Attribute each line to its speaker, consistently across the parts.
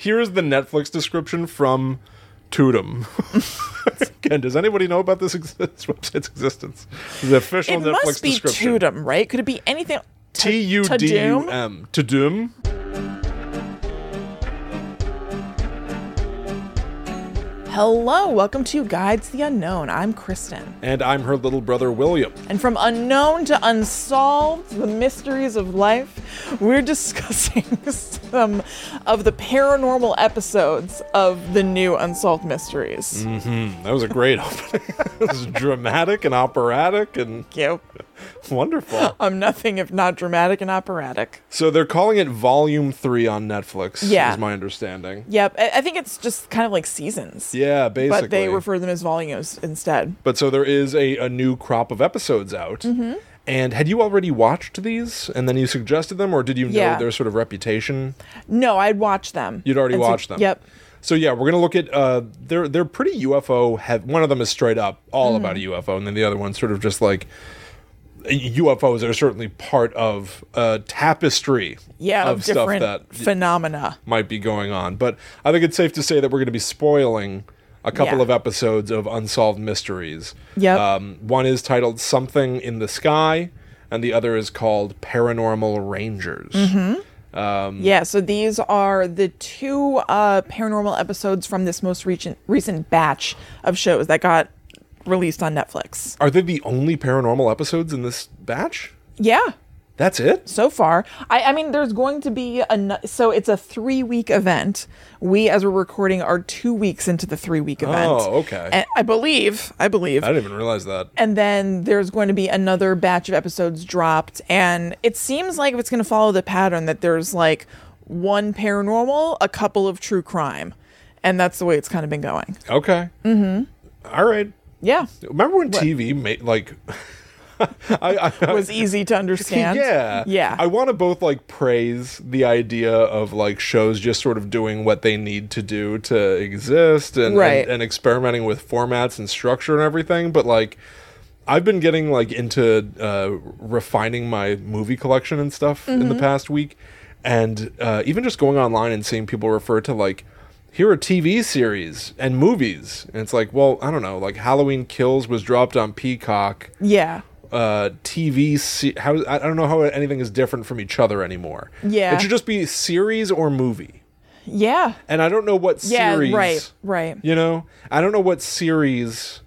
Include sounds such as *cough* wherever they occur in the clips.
Speaker 1: Here is the Netflix description from
Speaker 2: *laughs*
Speaker 1: Tudum. Again, does anybody know about this, ex- this website's existence? This is The official
Speaker 2: It
Speaker 1: Netflix
Speaker 2: must be
Speaker 1: description.
Speaker 2: Tudum, right? Could it be anything? Tu-
Speaker 1: T U D U
Speaker 2: Tudum?
Speaker 1: M. Tudum.
Speaker 2: Hello, welcome to Guides the Unknown. I'm Kristen.
Speaker 1: And I'm her little brother, William.
Speaker 2: And from unknown to unsolved, the mysteries of life, we're *laughs* discussing some of the paranormal episodes of the new Unsolved Mysteries.
Speaker 1: Mm. Hmm, That was a great *laughs* opening. it was dramatic and operatic and
Speaker 2: Yep.
Speaker 1: wonderful.
Speaker 2: I'm nothing if not dramatic and operatic.
Speaker 1: So they're calling it Volume 3 on Netflix,
Speaker 2: Yeah.
Speaker 1: is my understanding.
Speaker 2: Yep. I, I think it's just kind of like seasons.
Speaker 1: Yeah, basically.
Speaker 2: But they refer to them as volumes instead.
Speaker 1: But so there is a, a new crop of episodes out.
Speaker 2: Mm-hmm.
Speaker 1: And had you already watched these and then you suggested them, or did you know
Speaker 2: Yeah.
Speaker 1: their sort of reputation?
Speaker 2: No, I'd watch them.
Speaker 1: You'd already
Speaker 2: And so-
Speaker 1: watched them.
Speaker 2: Yep.
Speaker 1: So yeah, we're gonna look at uh, they're they're pretty UFO. Have one of them is straight up all
Speaker 2: Mm-hmm.
Speaker 1: about a UFO, and then the other one's sort of just like UFOs are certainly part of a tapestry
Speaker 2: Yeah,
Speaker 1: of
Speaker 2: of different
Speaker 1: stuff that
Speaker 2: phenomena.
Speaker 1: might be going on. But I think it's safe to say that we're going to be spoiling a couple
Speaker 2: Yeah.
Speaker 1: of episodes of Unsolved Mysteries.
Speaker 2: Yep.
Speaker 1: Um, one is titled Something in the Sky, and the other is called Paranormal Rangers.
Speaker 2: Mm-hmm.
Speaker 1: um,
Speaker 2: Yeah, so these are the two uh, paranormal episodes from this most recent recent batch of shows that got released on Netflix.
Speaker 1: Are they the only paranormal episodes in this batch?
Speaker 2: Yeah,
Speaker 1: That's it?
Speaker 2: so far. I, I mean, there's going to be a no- so it's a three week event. We, as we're recording, are two weeks into the three week event.
Speaker 1: Oh, okay.
Speaker 2: And I believe. I believe.
Speaker 1: I didn't even realize that.
Speaker 2: and then there's going to be another batch of episodes dropped and it seems like it's going to follow the pattern that there's like one paranormal a couple of true crime and that's the way it's kind of been going
Speaker 1: Okay. Mm-hmm. All right.
Speaker 2: yeah
Speaker 1: Remember when TV made like *laughs* I, I,
Speaker 2: it was easy to
Speaker 1: *laughs*
Speaker 2: understand
Speaker 1: Yeah.
Speaker 2: yeah
Speaker 1: I want to both like praise the idea of like shows just sort of doing what they need to do to exist and,
Speaker 2: Right.
Speaker 1: and, and experimenting with formats and structure and everything, but like I've been getting like into uh, refining my movie collection and stuff in the
Speaker 2: Mm-hmm.
Speaker 1: past week, and uh, even just going online and seeing people refer to like here are TV series and movies, and it's like, well, I don't know, like Halloween Kills was dropped on Peacock
Speaker 2: yeah
Speaker 1: uh, TV. Se- how I I don't know how anything is different from each other anymore.
Speaker 2: Yeah.
Speaker 1: it should just be series or movie.
Speaker 2: yeah
Speaker 1: And I don't know what
Speaker 2: yeah
Speaker 1: series.
Speaker 2: right right
Speaker 1: You know, I don't know what series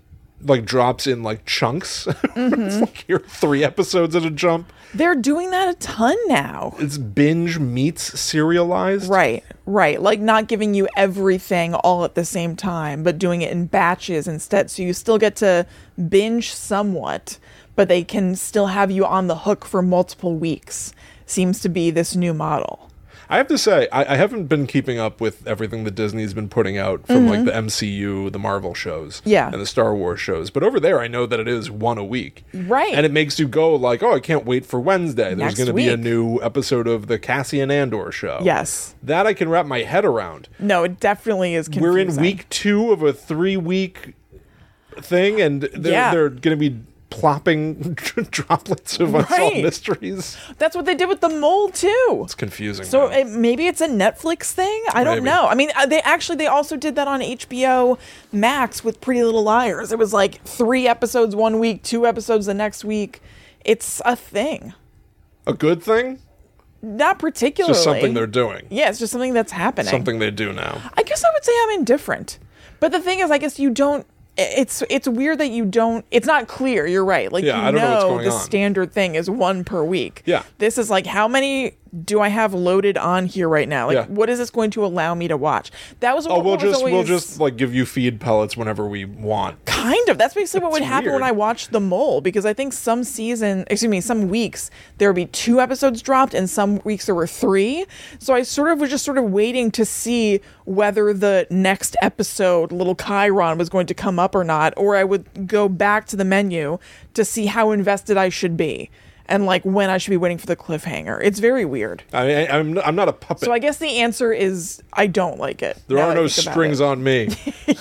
Speaker 1: like drops in like chunks. *laughs* it's
Speaker 2: Mm-hmm.
Speaker 1: like here are three episodes at a jump.
Speaker 2: they're doing that a ton now
Speaker 1: It's binge meets serialized.
Speaker 2: right right like not giving you everything all at the same time but doing it in batches instead so you still get to binge somewhat but they can still have you on the hook for multiple weeks seems to be this new model
Speaker 1: I have to say, I, I haven't been keeping up with everything that Disney's been putting out from like the MCU, the Marvel shows,
Speaker 2: Mm-hmm. Yeah.
Speaker 1: and the Star Wars shows. But over there, I know that it is one a week,
Speaker 2: Right.
Speaker 1: And it makes you go like, oh, I can't wait for Wednesday. There's
Speaker 2: Next
Speaker 1: going to be a
Speaker 2: week.
Speaker 1: new episode of the Cassian Andor show.
Speaker 2: yes
Speaker 1: that I can wrap my head around.
Speaker 2: no it definitely is confusing.
Speaker 1: We're in week two of a three week thing, and they're,
Speaker 2: Yeah.
Speaker 1: they're going to be plopping *laughs* droplets of unsolved
Speaker 2: Right.
Speaker 1: mysteries.
Speaker 2: that's what they did with the mole too
Speaker 1: It's confusing.
Speaker 2: So
Speaker 1: man.
Speaker 2: it, maybe it's a Netflix thing. I don't
Speaker 1: Maybe.
Speaker 2: know. I mean, uh, they actually they also did that on HBO Max with Pretty Little Liars. It was like three episodes one week, two episodes the next week. It's a thing.
Speaker 1: a good thing,
Speaker 2: Not particularly.
Speaker 1: just something they're doing.
Speaker 2: Yeah, it's just something that's happening.
Speaker 1: Something they do now.
Speaker 2: I guess I would say I'm indifferent. But the thing is, I guess you don't. i- It's it's weird that you don't. It's not clear. You're right. Like
Speaker 1: Yeah,
Speaker 2: you
Speaker 1: I don't know what's going
Speaker 2: the
Speaker 1: on.
Speaker 2: standard thing is one per week.
Speaker 1: Yeah.
Speaker 2: This is like how many do I have loaded on here right now? Like
Speaker 1: Yeah.
Speaker 2: what is this going to allow me to watch? That was
Speaker 1: Oh,
Speaker 2: what
Speaker 1: we'll
Speaker 2: was
Speaker 1: just we'll
Speaker 2: always-
Speaker 1: just like give you feed pellets whenever we want.
Speaker 2: kind of. That's basically what would
Speaker 1: That's
Speaker 2: happen
Speaker 1: weird.
Speaker 2: when I watched The Mole because I think some season, excuse me, some weeks there would be two episodes dropped and some weeks there were three. So I sort of was just sort of waiting to see whether the next episode, Little Chiron, was going to come up or not, or I would go back to the menu to see how invested I should be. and like when I should be waiting for the cliffhanger. It's very weird.
Speaker 1: I mean, I, I'm, I'm not a puppet.
Speaker 2: So I guess the answer is I don't like it.
Speaker 1: there
Speaker 2: now
Speaker 1: are
Speaker 2: that I
Speaker 1: no
Speaker 2: think about
Speaker 1: strings
Speaker 2: it.
Speaker 1: on
Speaker 2: *laughs*
Speaker 1: me.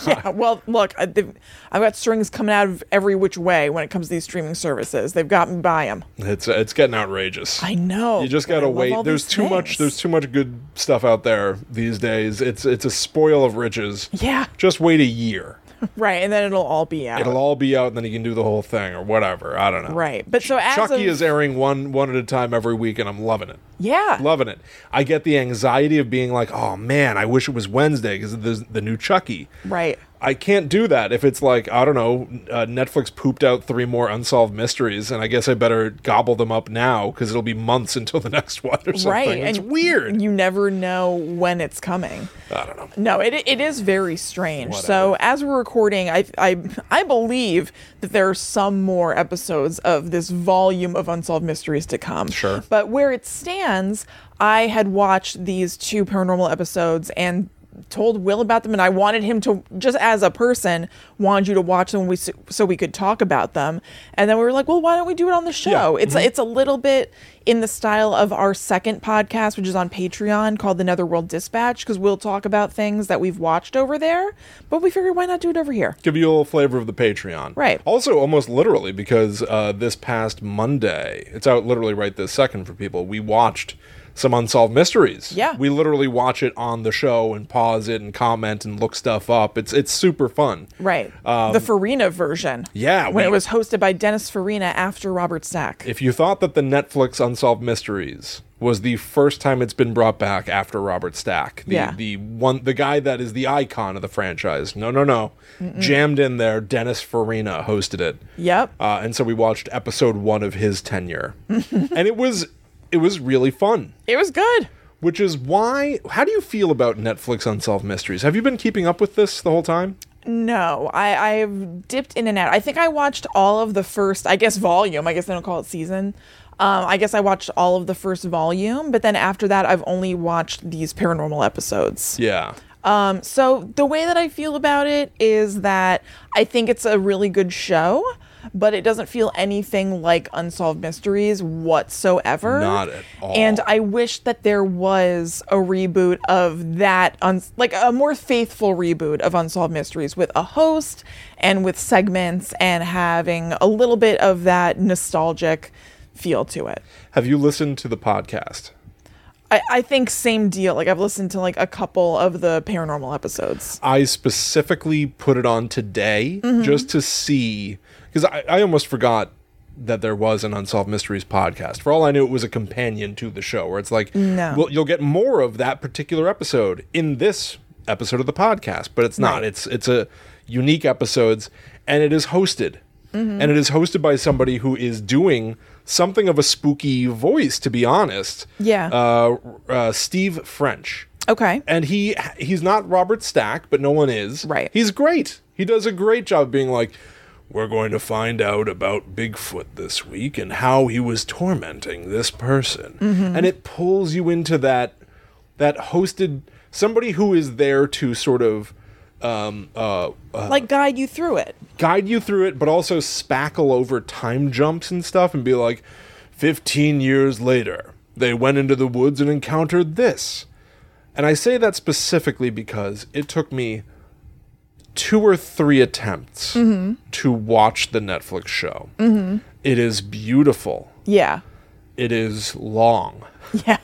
Speaker 2: yeah. Well, look, I, they've- I've got strings coming out of every which way when it comes to these streaming services. They've got me by them.
Speaker 1: it's it's getting outrageous.
Speaker 2: I know.
Speaker 1: You just
Speaker 2: but I
Speaker 1: gotta
Speaker 2: love
Speaker 1: wait.
Speaker 2: all
Speaker 1: There's
Speaker 2: these
Speaker 1: too much.
Speaker 2: things.
Speaker 1: There's too much good stuff out there these days. It's it's a spoil of riches.
Speaker 2: Yeah.
Speaker 1: Just wait a year.
Speaker 2: *laughs* right, and then it'll all be out.
Speaker 1: It'll all be out, and then you can do the whole thing or whatever. I don't know.
Speaker 2: right. But so as
Speaker 1: Chucky
Speaker 2: of,
Speaker 1: is airing one one at a time every week, and I'm loving it.
Speaker 2: yeah.
Speaker 1: Loving it. I get the anxiety of being like, oh man, I wish it was Wednesday because there's the new Chucky.
Speaker 2: Right.
Speaker 1: I can't do that if it's like I don't know. Uh, Netflix pooped out three more unsolved mysteries, and I guess I better gobble them up now because it'll be months *laughs* until the next one or something.
Speaker 2: Right.
Speaker 1: It's
Speaker 2: and
Speaker 1: weird.
Speaker 2: You never know when it's coming.
Speaker 1: I don't know.
Speaker 2: No, it it is very strange.
Speaker 1: Whatever.
Speaker 2: So as we're recording, I I I believe that there are some more episodes of this volume of unsolved mysteries to come.
Speaker 1: Sure.
Speaker 2: But where it stands, I had watched these two paranormal episodes and told Will about them and I wanted him to just as a person wanted you to watch them we s- so we could talk about them and then we were like well why don't we do it on the show
Speaker 1: Yeah. Mm-hmm.
Speaker 2: it's it's a little bit in the style of our second podcast which is on Patreon called the Netherworld Dispatch because we'll talk about things that we've watched over there but we figured why not do it over here
Speaker 1: Give you a little flavor of the Patreon.
Speaker 2: Right.
Speaker 1: Also, almost literally, because uh, this past Monday, it's out literally right this second for people, we watched some Unsolved Mysteries.
Speaker 2: Yeah.
Speaker 1: We literally watch it on the show and pause it and comment and look stuff up. It's, it's super fun.
Speaker 2: right the Farina version
Speaker 1: Um, Yeah,
Speaker 2: when it
Speaker 1: we-
Speaker 2: was hosted by Dennis Farina after Robert Stack
Speaker 1: If you thought that the Netflix Unsolved Mysteries was the first time it's been brought back after Robert Stack, the,
Speaker 2: Yeah.
Speaker 1: the one the guy that is the icon of the franchise. No, no, no. Jammed in there, Dennis Farina hosted it.
Speaker 2: Yep.
Speaker 1: Uh, and so we watched episode one of his tenure, *laughs* and it was it was really fun.
Speaker 2: it was good
Speaker 1: Which is why. How do you feel about Netflix Unsolved Mysteries? Have you been keeping up with this the whole time?
Speaker 2: No, I I've dipped in and out. I think I watched all of the first, I guess volume. I guess they don't call it season. Um, I guess I watched all of the first volume, but then after that, I've only watched these paranormal episodes.
Speaker 1: Yeah.
Speaker 2: Um, so the way that I feel about it is that I think it's a really good show, but it doesn't feel anything like Unsolved Mysteries whatsoever.
Speaker 1: Not at all.
Speaker 2: And I wish that there was a reboot of that, un- like a more faithful reboot of Unsolved Mysteries with a host and with segments and having a little bit of that nostalgic feel to it.
Speaker 1: Have you listened to the podcast?
Speaker 2: I, I think same deal. Like I've listened to like a couple of the paranormal episodes.
Speaker 1: I specifically put it on today
Speaker 2: Mm-hmm.
Speaker 1: just to see because I, I almost forgot that there was an unsolved mysteries podcast. For all I knew, it was a companion to the show where it's like,
Speaker 2: No.
Speaker 1: well, you'll get more of that particular episode in this episode of the podcast, but it's not.
Speaker 2: Right.
Speaker 1: It's it's a unique episodes, and it is hosted,
Speaker 2: Mm-hmm.
Speaker 1: and it is hosted by somebody who is doing something of a spooky voice. To be honest,
Speaker 2: Yeah.
Speaker 1: uh, uh, Steve French
Speaker 2: Okay.
Speaker 1: and he he's not Robert Stack, but no one is.
Speaker 2: Right.
Speaker 1: He's great. He does a great job being like, we're going to find out about Bigfoot this week and how he was tormenting this person, and it pulls you into that that hosted somebody who is there to sort of um, uh, uh,
Speaker 2: like guide you through it.
Speaker 1: guide you through it, but also spackle over time jumps and stuff and be like, 15 years later, they went into the woods and encountered this. And I say that specifically because it took me two or three attempts to watch the Netflix show. It is beautiful,
Speaker 2: Yeah. *laughs*
Speaker 1: it is long, *laughs*
Speaker 2: Yeah.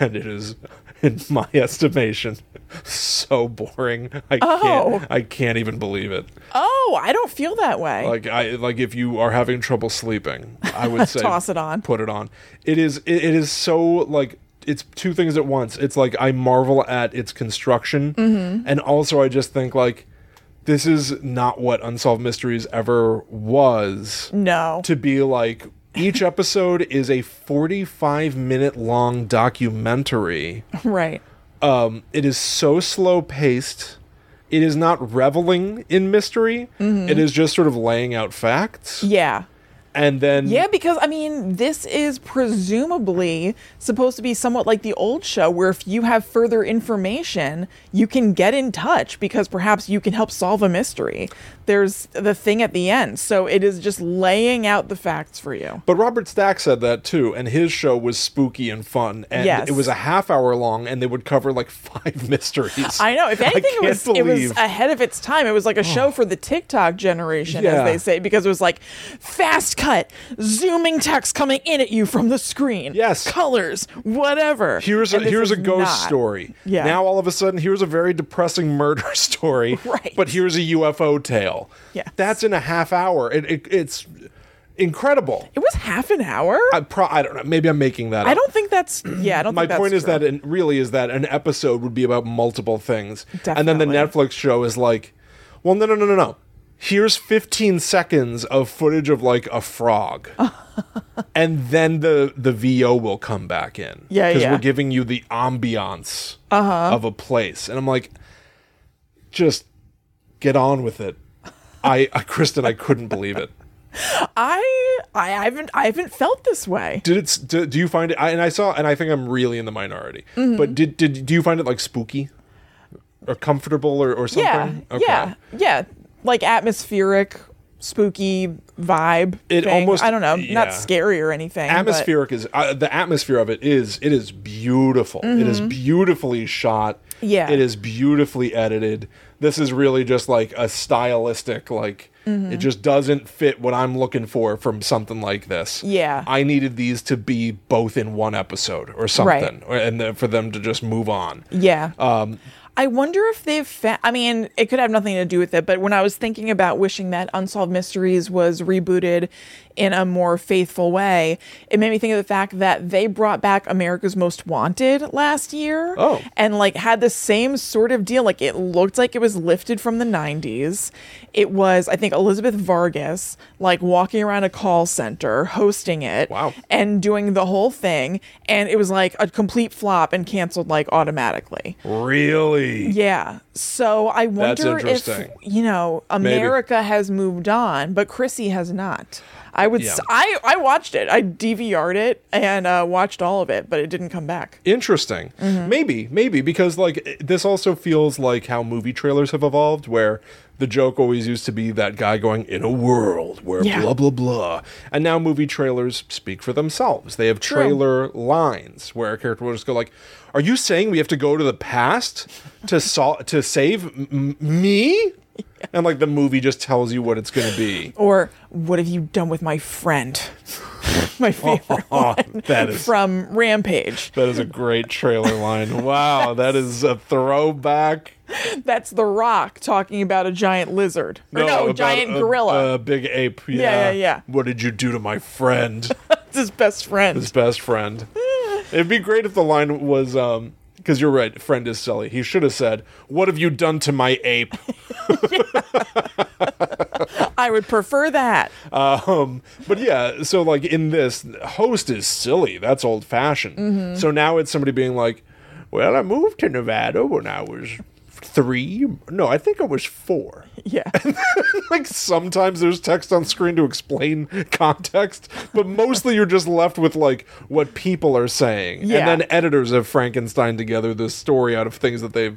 Speaker 1: and it is. In my *laughs* estimation, so boring. I
Speaker 2: Oh.
Speaker 1: can't. I can't even believe it.
Speaker 2: Oh, I don't feel that way.
Speaker 1: Like I like if you are having trouble sleeping, I
Speaker 2: *laughs*
Speaker 1: would say
Speaker 2: Toss it on.
Speaker 1: Put it on. It is it, it is so like it's two things at once. It's like I marvel at its construction
Speaker 2: Mm-hmm.
Speaker 1: and also I just think like this is not what Unsolved Mysteries ever
Speaker 2: Mm.
Speaker 1: was
Speaker 2: no.
Speaker 1: to be like each episode is a 45 minute long documentary
Speaker 2: *laughs* right.
Speaker 1: um, it is so slow paced. It
Speaker 2: Mm-hmm.
Speaker 1: is not reveling in mystery. It is just sort of laying out facts.
Speaker 2: Yeah.
Speaker 1: and then
Speaker 2: Yeah, because I mean, this is presumably supposed to be somewhat like the old show, where if you have further information, you can get in touch because perhaps you can help solve a mystery. There's the thing at the end. So it is just laying out the facts for you.
Speaker 1: But Robert Stack said that too, and his show was spooky and fun, and
Speaker 2: Yes.
Speaker 1: it was a half hour long, and they would cover like *laughs* five mysteries.
Speaker 2: I know.
Speaker 1: *laughs*
Speaker 2: If anything,
Speaker 1: can't
Speaker 2: it was it was uh,
Speaker 1: believe- Oh.
Speaker 2: ahead of its time. It was like a show for the TikTok generation,
Speaker 1: Yeah.
Speaker 2: as they say, because it was like fast cut, zooming text coming in at you from the screen.
Speaker 1: Yes.
Speaker 2: colors, whatever.
Speaker 1: Here's a
Speaker 2: And this
Speaker 1: here's a
Speaker 2: is
Speaker 1: ghost
Speaker 2: not.
Speaker 1: story.
Speaker 2: Yeah.
Speaker 1: Now all of a sudden, here's a very depressing *laughs* murder story.
Speaker 2: *laughs* Right.
Speaker 1: But here's a UFO tale.
Speaker 2: Yes.
Speaker 1: That's in a half hour. It, it it's incredible.
Speaker 2: It was half an hour.
Speaker 1: I pro I don't know. Maybe I'm making that.
Speaker 2: I
Speaker 1: up.
Speaker 2: don't think that's yeah. I don't.
Speaker 1: My
Speaker 2: think
Speaker 1: point
Speaker 2: that's
Speaker 1: is
Speaker 2: true.
Speaker 1: that it really is that an episode would be about multiple things. And then the
Speaker 2: Definitely.
Speaker 1: Netflix show is like, well, no, no, no, no, no. Here's 15 seconds of footage of like a
Speaker 2: *laughs*
Speaker 1: frog. and then the, the VO will come back in.
Speaker 2: Yeah,
Speaker 1: Because
Speaker 2: yeah. Uh-huh.
Speaker 1: we're giving you the ambiance of a place. And I'm like, just get on with it. I, *laughs* I Kristen, I couldn't believe it.
Speaker 2: I I haven't I haven't felt this way.
Speaker 1: Did it? s- Do, do you find it? I, and I saw, and I think I'm really in the minority.
Speaker 2: Mm-hmm.
Speaker 1: But did did do you find it like spooky, or comfortable, or, or
Speaker 2: Yeah,
Speaker 1: something?
Speaker 2: yeah, yeah. Like atmospheric, spooky vibe.
Speaker 1: It
Speaker 2: thing.
Speaker 1: almost-
Speaker 2: I don't know,
Speaker 1: yeah.
Speaker 2: not scary or anything. but-
Speaker 1: Atmospheric is uh, the atmosphere of it is it is beautiful. It is beautifully shot.
Speaker 2: Mm-hmm. Yeah.
Speaker 1: It is beautifully edited. This is really just like a stylistic like
Speaker 2: Mm-hmm.
Speaker 1: it just doesn't fit what I'm looking for from something like this.
Speaker 2: Yeah.
Speaker 1: I needed these to be both in one episode or something or, and then for them to just move on.
Speaker 2: Yeah. Um, I wonder if they've. Fa- I mean, it could have nothing to do with it, but when I was thinking about wishing that Unsolved Mysteries was rebooted in a more faithful way, it made me think of the fact that they brought back America's Most Wanted last year.
Speaker 1: Oh.
Speaker 2: And like had the same sort of deal. Like it looked like it was lifted from the 90s. It was, I think, Elizabeth Vargas, like walking around a call center, hosting it
Speaker 1: Wow.
Speaker 2: and doing the whole thing and it was like a complete flop and canceled like automatically
Speaker 1: Really?
Speaker 2: yeah so i
Speaker 1: That's
Speaker 2: wonder if
Speaker 1: interesting.
Speaker 2: you know america has moved on but chrissy has not i would s
Speaker 1: Yeah.
Speaker 2: I I watched it i dvr'd it and uh, watched all of it but it didn't come back
Speaker 1: interesting maybe maybe because like i- this also feels like how movie trailers have evolved where the joke always used to be that guy going in a world where
Speaker 2: Yeah.
Speaker 1: blah blah blah and now movie trailers speak for themselves they have trailer lines where a character will just go like are you saying we have to go to the past to sol- to save m- m- me and like the movie just tells you what it's going to be
Speaker 2: or what have you done with my friend *laughs* my favorite
Speaker 1: oh, *laughs* that is
Speaker 2: from rampage
Speaker 1: that is a great trailer line wow that is a throwback
Speaker 2: that's the rock talking about a giant lizard or no,
Speaker 1: about
Speaker 2: giant
Speaker 1: a- uh,
Speaker 2: gorilla
Speaker 1: A big ape. Yeah.
Speaker 2: yeah, yeah.
Speaker 1: What did you do to my friend?
Speaker 2: that's his best friend
Speaker 1: His best friend. It'd be great if the line was, um, because you're right, friend is silly. He should have said, What have you done to my
Speaker 2: *laughs*
Speaker 1: ape?
Speaker 2: i would prefer that
Speaker 1: Um, but yeah, so like in this, host is silly. That's old fashioned.
Speaker 2: Mm-hmm.
Speaker 1: So now it's somebody being like, Well, I moved to Nevada when I was three. No, I think I was four.
Speaker 2: *laughs* yeah
Speaker 1: *laughs* like sometimes there's text on screen to explain *laughs* context, but mostly you're just left with like what people are saying.
Speaker 2: Yeah.
Speaker 1: And then editors have Frankenstein together this story out of things that they've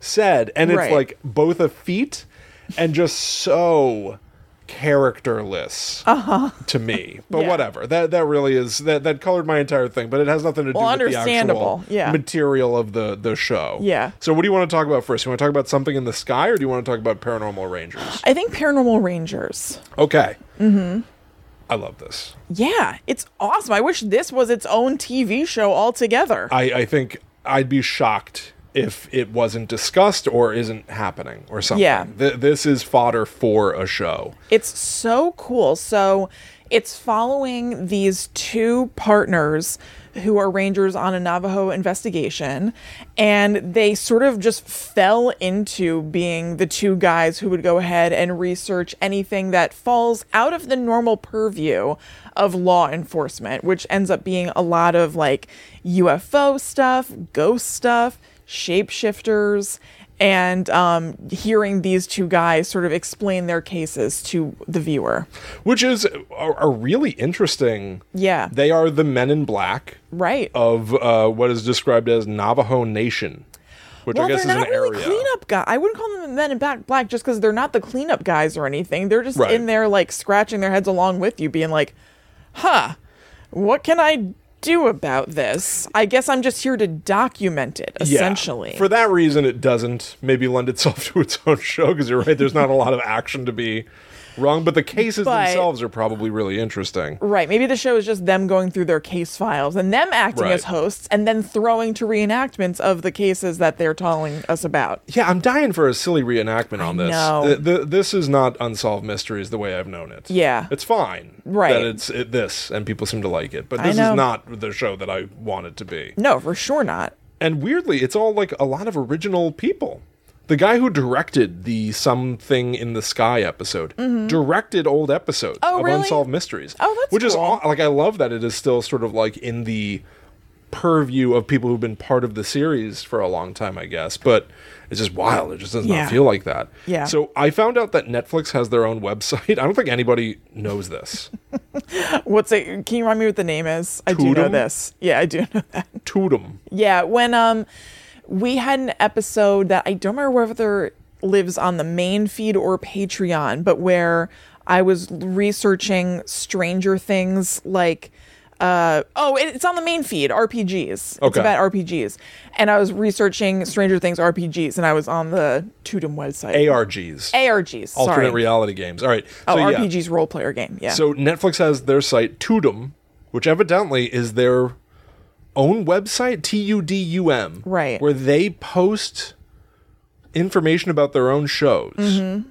Speaker 1: said. And it's
Speaker 2: Right.
Speaker 1: like both a feat and just so characterless to
Speaker 2: *laughs*
Speaker 1: me. But
Speaker 2: Uh-huh. Yeah.
Speaker 1: whatever. That that really is that that colored my entire thing, but it has nothing to do
Speaker 2: Well,
Speaker 1: with
Speaker 2: understandable.
Speaker 1: the actual
Speaker 2: Yeah.
Speaker 1: material of the the show.
Speaker 2: Yeah.
Speaker 1: So what do you want to talk about first? You want to talk about something in the sky or do you want to talk about paranormal rangers?
Speaker 2: I think Paranormal Rangers.
Speaker 1: Okay. Mm-hmm. I love this.
Speaker 2: Yeah, it's awesome. I wish this was its own TV show altogether.
Speaker 1: I, I think I'd be shocked if it wasn't discussed or isn't happening or something.
Speaker 2: Yeah.
Speaker 1: Th- this is fodder for a show.
Speaker 2: It's so cool. So it's following these two partners who are rangers on a Navajo investigation, and they sort of just fell into being the two guys who would go ahead and research anything that falls out of the normal purview of law enforcement, which ends up being a lot of like UFO stuff, ghost stuff, shapeshifters, and um, hearing these two guys sort of explain their cases to the viewer.
Speaker 1: which is are, are really interesting.
Speaker 2: Yeah.
Speaker 1: They are the Men in Black
Speaker 2: Right.
Speaker 1: of uh, what is described as Navajo Nation, which
Speaker 2: well,
Speaker 1: I guess is
Speaker 2: they're
Speaker 1: an
Speaker 2: not really
Speaker 1: area.
Speaker 2: cleanup guys. I wouldn't call them men in back black just because they're not the cleanup guys or anything. They're just
Speaker 1: Right.
Speaker 2: in there like scratching their heads along with you, being like, "Huh, what can I do about this? I guess I'm just here to document it,
Speaker 1: Yeah.
Speaker 2: essentially."
Speaker 1: For that reason, it doesn't maybe lend itself *laughs* to its own show because you're right. There's not a lot of action to be wrong, but the cases
Speaker 2: But-
Speaker 1: themselves are probably really interesting.
Speaker 2: Right. Maybe the show is just them going through their case files and them acting
Speaker 1: Right.
Speaker 2: as hosts and then throwing to reenactments of the cases that they're telling us about.
Speaker 1: Yeah, I'm dying for a silly reenactment on this.
Speaker 2: know.
Speaker 1: Th- th- this is not unsolved mysteries the way I've known it.
Speaker 2: Yeah.
Speaker 1: it's fine.
Speaker 2: Right.
Speaker 1: that it's it, this, and people seem to like it. But
Speaker 2: I
Speaker 1: this is
Speaker 2: know.
Speaker 1: not the show that I want it to be.
Speaker 2: No, for sure not. *laughs*
Speaker 1: And weirdly, it's all like a lot of original people. The guy who directed the Something in the Sky episode directed old episodes
Speaker 2: Mm-hmm. Oh,
Speaker 1: of
Speaker 2: really?
Speaker 1: Unsolved Mysteries.
Speaker 2: Oh, that's
Speaker 1: Which is
Speaker 2: cool.
Speaker 1: aw- like, I love that it is still sort of like in the purview of people who've been part of the series for a long time, I guess. But it's just wild. It just does
Speaker 2: Yeah.
Speaker 1: not feel like that.
Speaker 2: Yeah.
Speaker 1: So I found out that Netflix has their own *laughs* website. I don't think anybody knows
Speaker 2: *laughs*
Speaker 1: this.
Speaker 2: What's it? Can you remind me what the name is? I do know
Speaker 1: Toodum?
Speaker 2: this. Yeah, I do know *laughs* that.
Speaker 1: Tootum.
Speaker 2: Yeah, when um we had an episode that I don't remember whether lives on the main feed or Patreon, but where I was researching Stranger Things like uh oh, it, it's on the main feed, RPGs. It's
Speaker 1: Okay.
Speaker 2: about RPGs. And I was researching Stranger Things RPGs and I was on the Tudum website.
Speaker 1: ARGs.
Speaker 2: ARGs,
Speaker 1: alternate
Speaker 2: sorry.
Speaker 1: reality games. All right.
Speaker 2: oh,
Speaker 1: so, yeah.
Speaker 2: RPGs role player game. Yeah.
Speaker 1: So Netflix has their site Tudum, which evidently is their own website, T U D U M,
Speaker 2: Right.
Speaker 1: Where they post information about their own shows.
Speaker 2: I think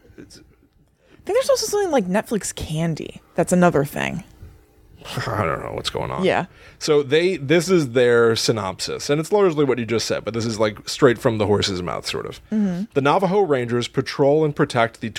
Speaker 2: there's also something like Netflix Candy. That's another thing.
Speaker 1: *laughs* I don't know what's going on.
Speaker 2: Yeah.
Speaker 1: So they this is their synopsis, and it's largely what you just said, but this is like straight from the horse's mouth, sort of. The Navajo Rangers patrol and protect the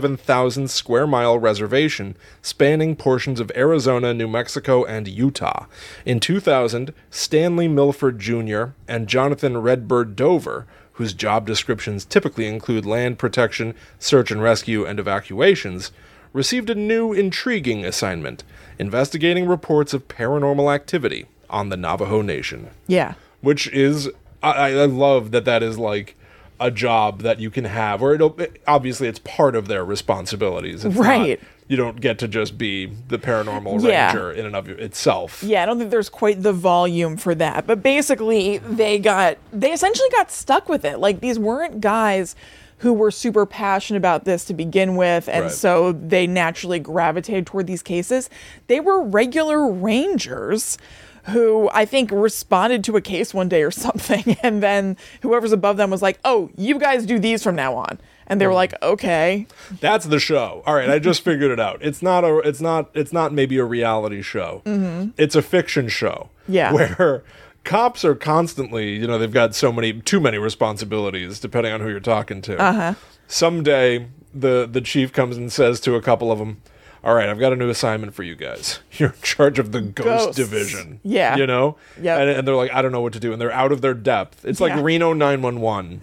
Speaker 1: 27,000 square mile reservation spanning portions of Arizona, New Mexico, and Utah. In 2000, Stanley Milford Jr. and Jonathan Redbird Dover. Whose job descriptions typically include land protection, search and rescue, and evacuations, received a new intriguing assignment investigating reports of paranormal activity on the Navajo Nation.
Speaker 2: Yeah.
Speaker 1: Which is, I, I I love that that is like a job that you can have, or it'll, obviously it's part of their responsibilities. It's not-
Speaker 2: Right.
Speaker 1: you don't get to just be the paranormal
Speaker 2: Yeah.
Speaker 1: ranger in and of itself.
Speaker 2: Yeah, I don't think there's quite the volume for that. But basically, they got they essentially got stuck with it. Like these weren't guys who were super passionate about this to begin with, and
Speaker 1: Right.
Speaker 2: so they naturally gravitated toward these cases. They were regular rangers who I think responded to a case one day or *laughs* something, and then whoever's above them was like, "Oh, you guys do these from now on." And they
Speaker 1: Hmm.
Speaker 2: were like, "Okay."
Speaker 1: That's the show. All right, I just figured it out. It's not a. It's not. It's not maybe a reality show. It's a fiction show.
Speaker 2: Mm-hmm. Yeah.
Speaker 1: Where cops are constantly, you know, they've got so many, too many responsibilities, depending on who you're talking to. Uh-huh. Someday, the the chief comes and says to a couple of them, "All right, I've got a new assignment for you guys. *laughs* You're in charge of the ghost
Speaker 2: Ghosts.
Speaker 1: division.
Speaker 2: Yeah.
Speaker 1: You know.
Speaker 2: Yep.
Speaker 1: And, and they're like, I don't know what to do, and they're out of their depth. It's like
Speaker 2: Yeah.
Speaker 1: Reno 911,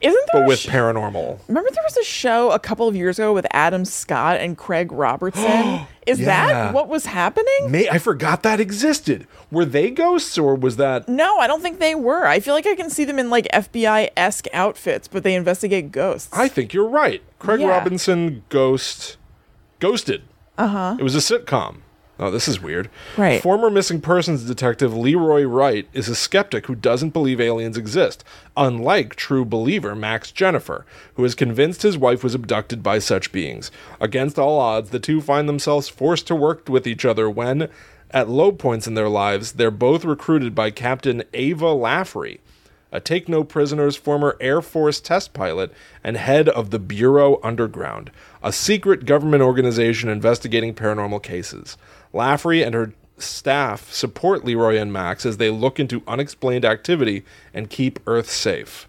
Speaker 2: Isn't there
Speaker 1: but
Speaker 2: a
Speaker 1: with
Speaker 2: *laughs* sh-
Speaker 1: paranormal.
Speaker 2: Remember there was a show a couple of years ago with Adam Scott and Craig Robertson? Is
Speaker 1: *gasps* Yeah.
Speaker 2: that what was happening?
Speaker 1: May I forgot that existed. Were they ghosts or was that
Speaker 2: No, I don't think they were. I feel like I can see them in like FBI esque outfits, but they investigate ghosts.
Speaker 1: I think you're right. Craig
Speaker 2: Yeah.
Speaker 1: Robinson ghost ghosted. Uh-huh. It was a sitcom. Oh, this is weird.
Speaker 2: Right.
Speaker 1: Former missing persons detective Leroy Wright is a skeptic who doesn't believe aliens exist, unlike true believer Max Jennifer, who is convinced his wife was abducted by such beings. Against all odds, the two find themselves forced to work with each other when, at low points in their lives, they're both recruited by Captain Ava Laffrey, a take no prisoners former Air Force test pilot and head of the Bureau Underground, a secret government organization investigating paranormal cases. Laffrey and her staff support Leroy and Max as they look into unexplained activity and keep Earth safe.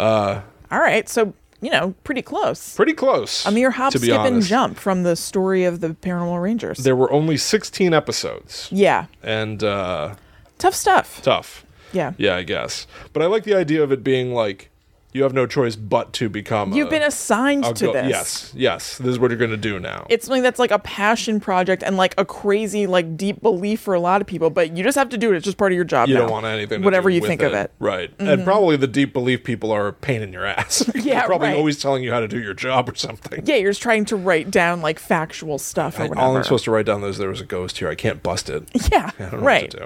Speaker 2: All right, so, you know, pretty close.
Speaker 1: Pretty close.
Speaker 2: A mere hop,
Speaker 1: to be
Speaker 2: skip, and
Speaker 1: honest.
Speaker 2: jump from the story of the Paranormal Rangers.
Speaker 1: There were only 16 episodes
Speaker 2: yeah,
Speaker 1: and uh,
Speaker 2: tough stuff.
Speaker 1: tough.
Speaker 2: Yeah.
Speaker 1: Yeah, I guess. But I like the idea of it being like You have no choice but to become.
Speaker 2: You've been assigned to
Speaker 1: go-
Speaker 2: this.
Speaker 1: Yes, yes. This is what you're going to do now.
Speaker 2: It's something that's like a passion project and like a crazy, like deep belief for a lot of people, but you just have to do it. It's just part of your job.
Speaker 1: you
Speaker 2: now.
Speaker 1: don't want anything. To
Speaker 2: Whatever
Speaker 1: do
Speaker 2: you
Speaker 1: with
Speaker 2: think of it. Mm-hmm.
Speaker 1: right? And probably the deep belief people are a pain in your ass. *laughs*
Speaker 2: Yeah,
Speaker 1: They're probably
Speaker 2: right.
Speaker 1: always telling you how to do your job or something.
Speaker 2: Yeah, you're just trying to write down like factual stuff
Speaker 1: I-
Speaker 2: or whatever.
Speaker 1: all I'm supposed to write down is there was a ghost here. I can't bust it.
Speaker 2: *laughs* yeah,
Speaker 1: I don't know
Speaker 2: right.
Speaker 1: what to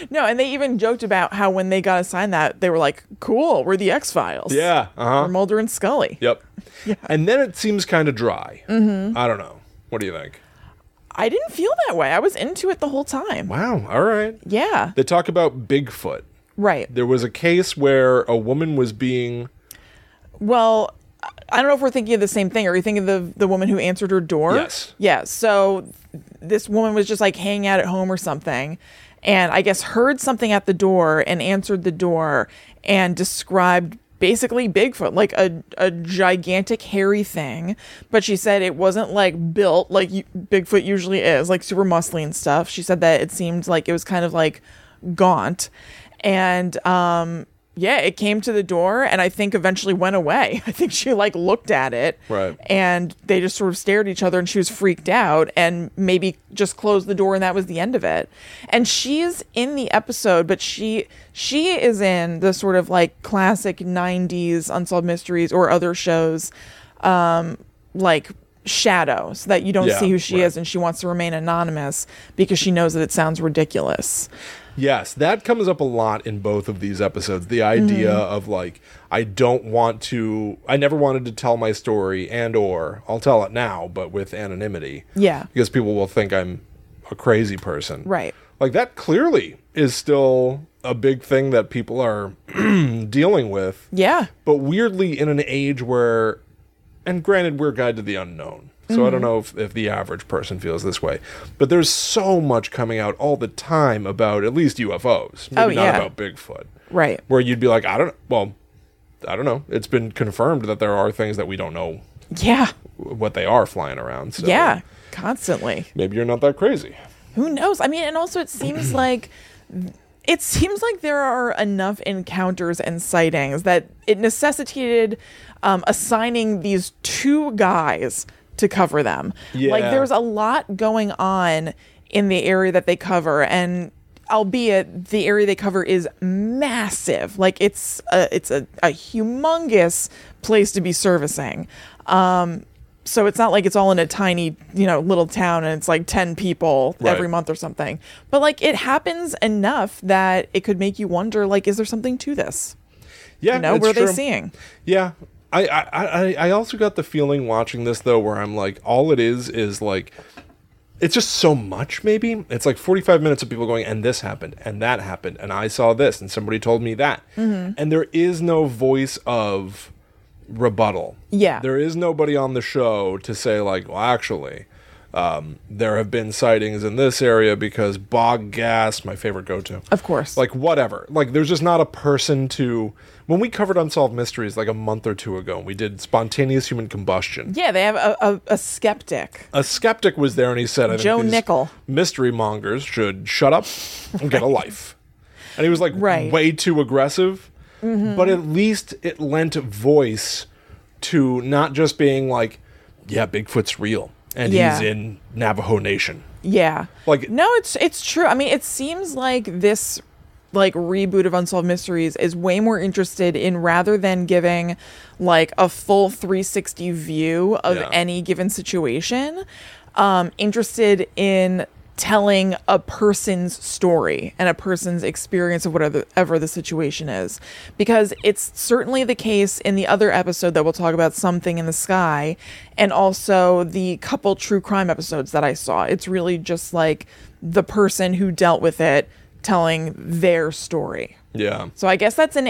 Speaker 1: do.
Speaker 2: No, and they even joked about how when they got assigned that, they were like, cool, we're the X Files.
Speaker 1: Yeah. Uh
Speaker 2: We're
Speaker 1: huh.
Speaker 2: Mulder and Scully.
Speaker 1: Yep.
Speaker 2: *laughs*
Speaker 1: And then it seems kind of dry. Mm-hmm. I don't know. What do you think?
Speaker 2: I didn't feel that way. I was into it the whole time.
Speaker 1: Wow. All right.
Speaker 2: Yeah.
Speaker 1: They talk about Bigfoot.
Speaker 2: Right.
Speaker 1: There was a case where a woman was being
Speaker 2: Well, I- I don't know if we're thinking of the same thing. Are you thinking of the, the woman who answered her door?
Speaker 1: Yes.
Speaker 2: Yeah. So this woman was just like hanging out at home or something. And I guess heard something at the door and answered the door and described basically Bigfoot, like a, a gigantic hairy thing. But she said it wasn't like built like you, Bigfoot usually is, like super muscly and stuff. She said that it seemed like it was kind of like gaunt. And um, yeah, it came to the door and I think eventually went away. *laughs* I think she like looked at it.
Speaker 1: Right.
Speaker 2: And they just sort of stared at each other and she was freaked out and maybe just closed the door and that was the end of it. And she is in the episode, but she she is in the sort of like classic 90s unsolved mysteries or other shows um like shadow so that you don't
Speaker 1: Yeah,
Speaker 2: see who she
Speaker 1: right.
Speaker 2: is and she wants to remain anonymous because she knows that it sounds ridiculous.
Speaker 1: Yes, that comes up a lot in both of these episodes. The idea
Speaker 2: Mm.
Speaker 1: of like I don't want to I never wanted to tell my story and or I'll tell it now but with anonymity.
Speaker 2: Yeah.
Speaker 1: Because people will think I'm a crazy person.
Speaker 2: Right.
Speaker 1: Like that clearly is still a big thing that people are *clears throat* dealing with.
Speaker 2: Yeah.
Speaker 1: But weirdly in an age where and granted we're guide to the unknown. So
Speaker 2: Mm-hmm.
Speaker 1: I don't know if, if the average person feels this way. But there's so much coming out all the time about at least UFOs. Maybe
Speaker 2: Oh,
Speaker 1: not
Speaker 2: yeah.
Speaker 1: about Bigfoot.
Speaker 2: Right.
Speaker 1: Where you'd be like, I don't well, I don't know. It's been confirmed that there are things that we don't know
Speaker 2: Yeah.
Speaker 1: what they are flying around. So
Speaker 2: Yeah, constantly.
Speaker 1: maybe you're not that crazy.
Speaker 2: Who knows? I mean, and also
Speaker 1: *clears throat*
Speaker 2: it seems like it seems like there are enough encounters and sightings that it necessitated um, assigning these two guys to cover them. Like
Speaker 1: Yeah.
Speaker 2: there's a lot going on in the area that they cover and albeit the area they cover is massive like it's a, it's a, a humongous place to be servicing Um, so it's not like it's all in a tiny you know little town and it's like 10 people
Speaker 1: Right.
Speaker 2: every month or something but like it happens enough that it could make you wonder like is there something to this
Speaker 1: Yeah.
Speaker 2: you know
Speaker 1: it's
Speaker 2: were they
Speaker 1: true.
Speaker 2: seeing
Speaker 1: Yeah. I, I, I, I also got the feeling watching this though where I'm like, all it is is like it's just so much maybe. It's like 45 minutes of people going, and this happened, and that happened, and I saw this, and somebody told me that.
Speaker 2: Mm-hmm.
Speaker 1: And there is no voice of rebuttal.
Speaker 2: Yeah.
Speaker 1: There is nobody on the show to say, like, well, actually, um, there have been sightings in this area because bog gas, my favorite go to
Speaker 2: of course
Speaker 1: like whatever like there's just not a person to when we covered unsolved mysteries like a month or two ago and we did spontaneous human combustion
Speaker 2: yeah they have a, a, a skeptic
Speaker 1: a skeptic was there and he said I think
Speaker 2: Joe
Speaker 1: these
Speaker 2: Nickel.
Speaker 1: mystery mongers should shut up and get a life and he was like
Speaker 2: Right. Mm-hmm.
Speaker 1: way too aggressive but at least it lent voice to not just being like yeah bigfoot's real and
Speaker 2: Yeah.
Speaker 1: he's in navajo nation
Speaker 2: yeah
Speaker 1: Like-
Speaker 2: no it's it's true i mean it seems like this like reboot of unsolved mysteries is way more interested in rather than giving like a full 360 view of
Speaker 1: Yeah.
Speaker 2: any given situation um interested in telling a person's story and a person's experience of whatever ever the situation is because it's certainly the case in the other episode that we'll talk about something in the sky and also the couple true crime episodes that I saw it's really just like the person who dealt with it telling their story
Speaker 1: yeah
Speaker 2: so I guess that's an.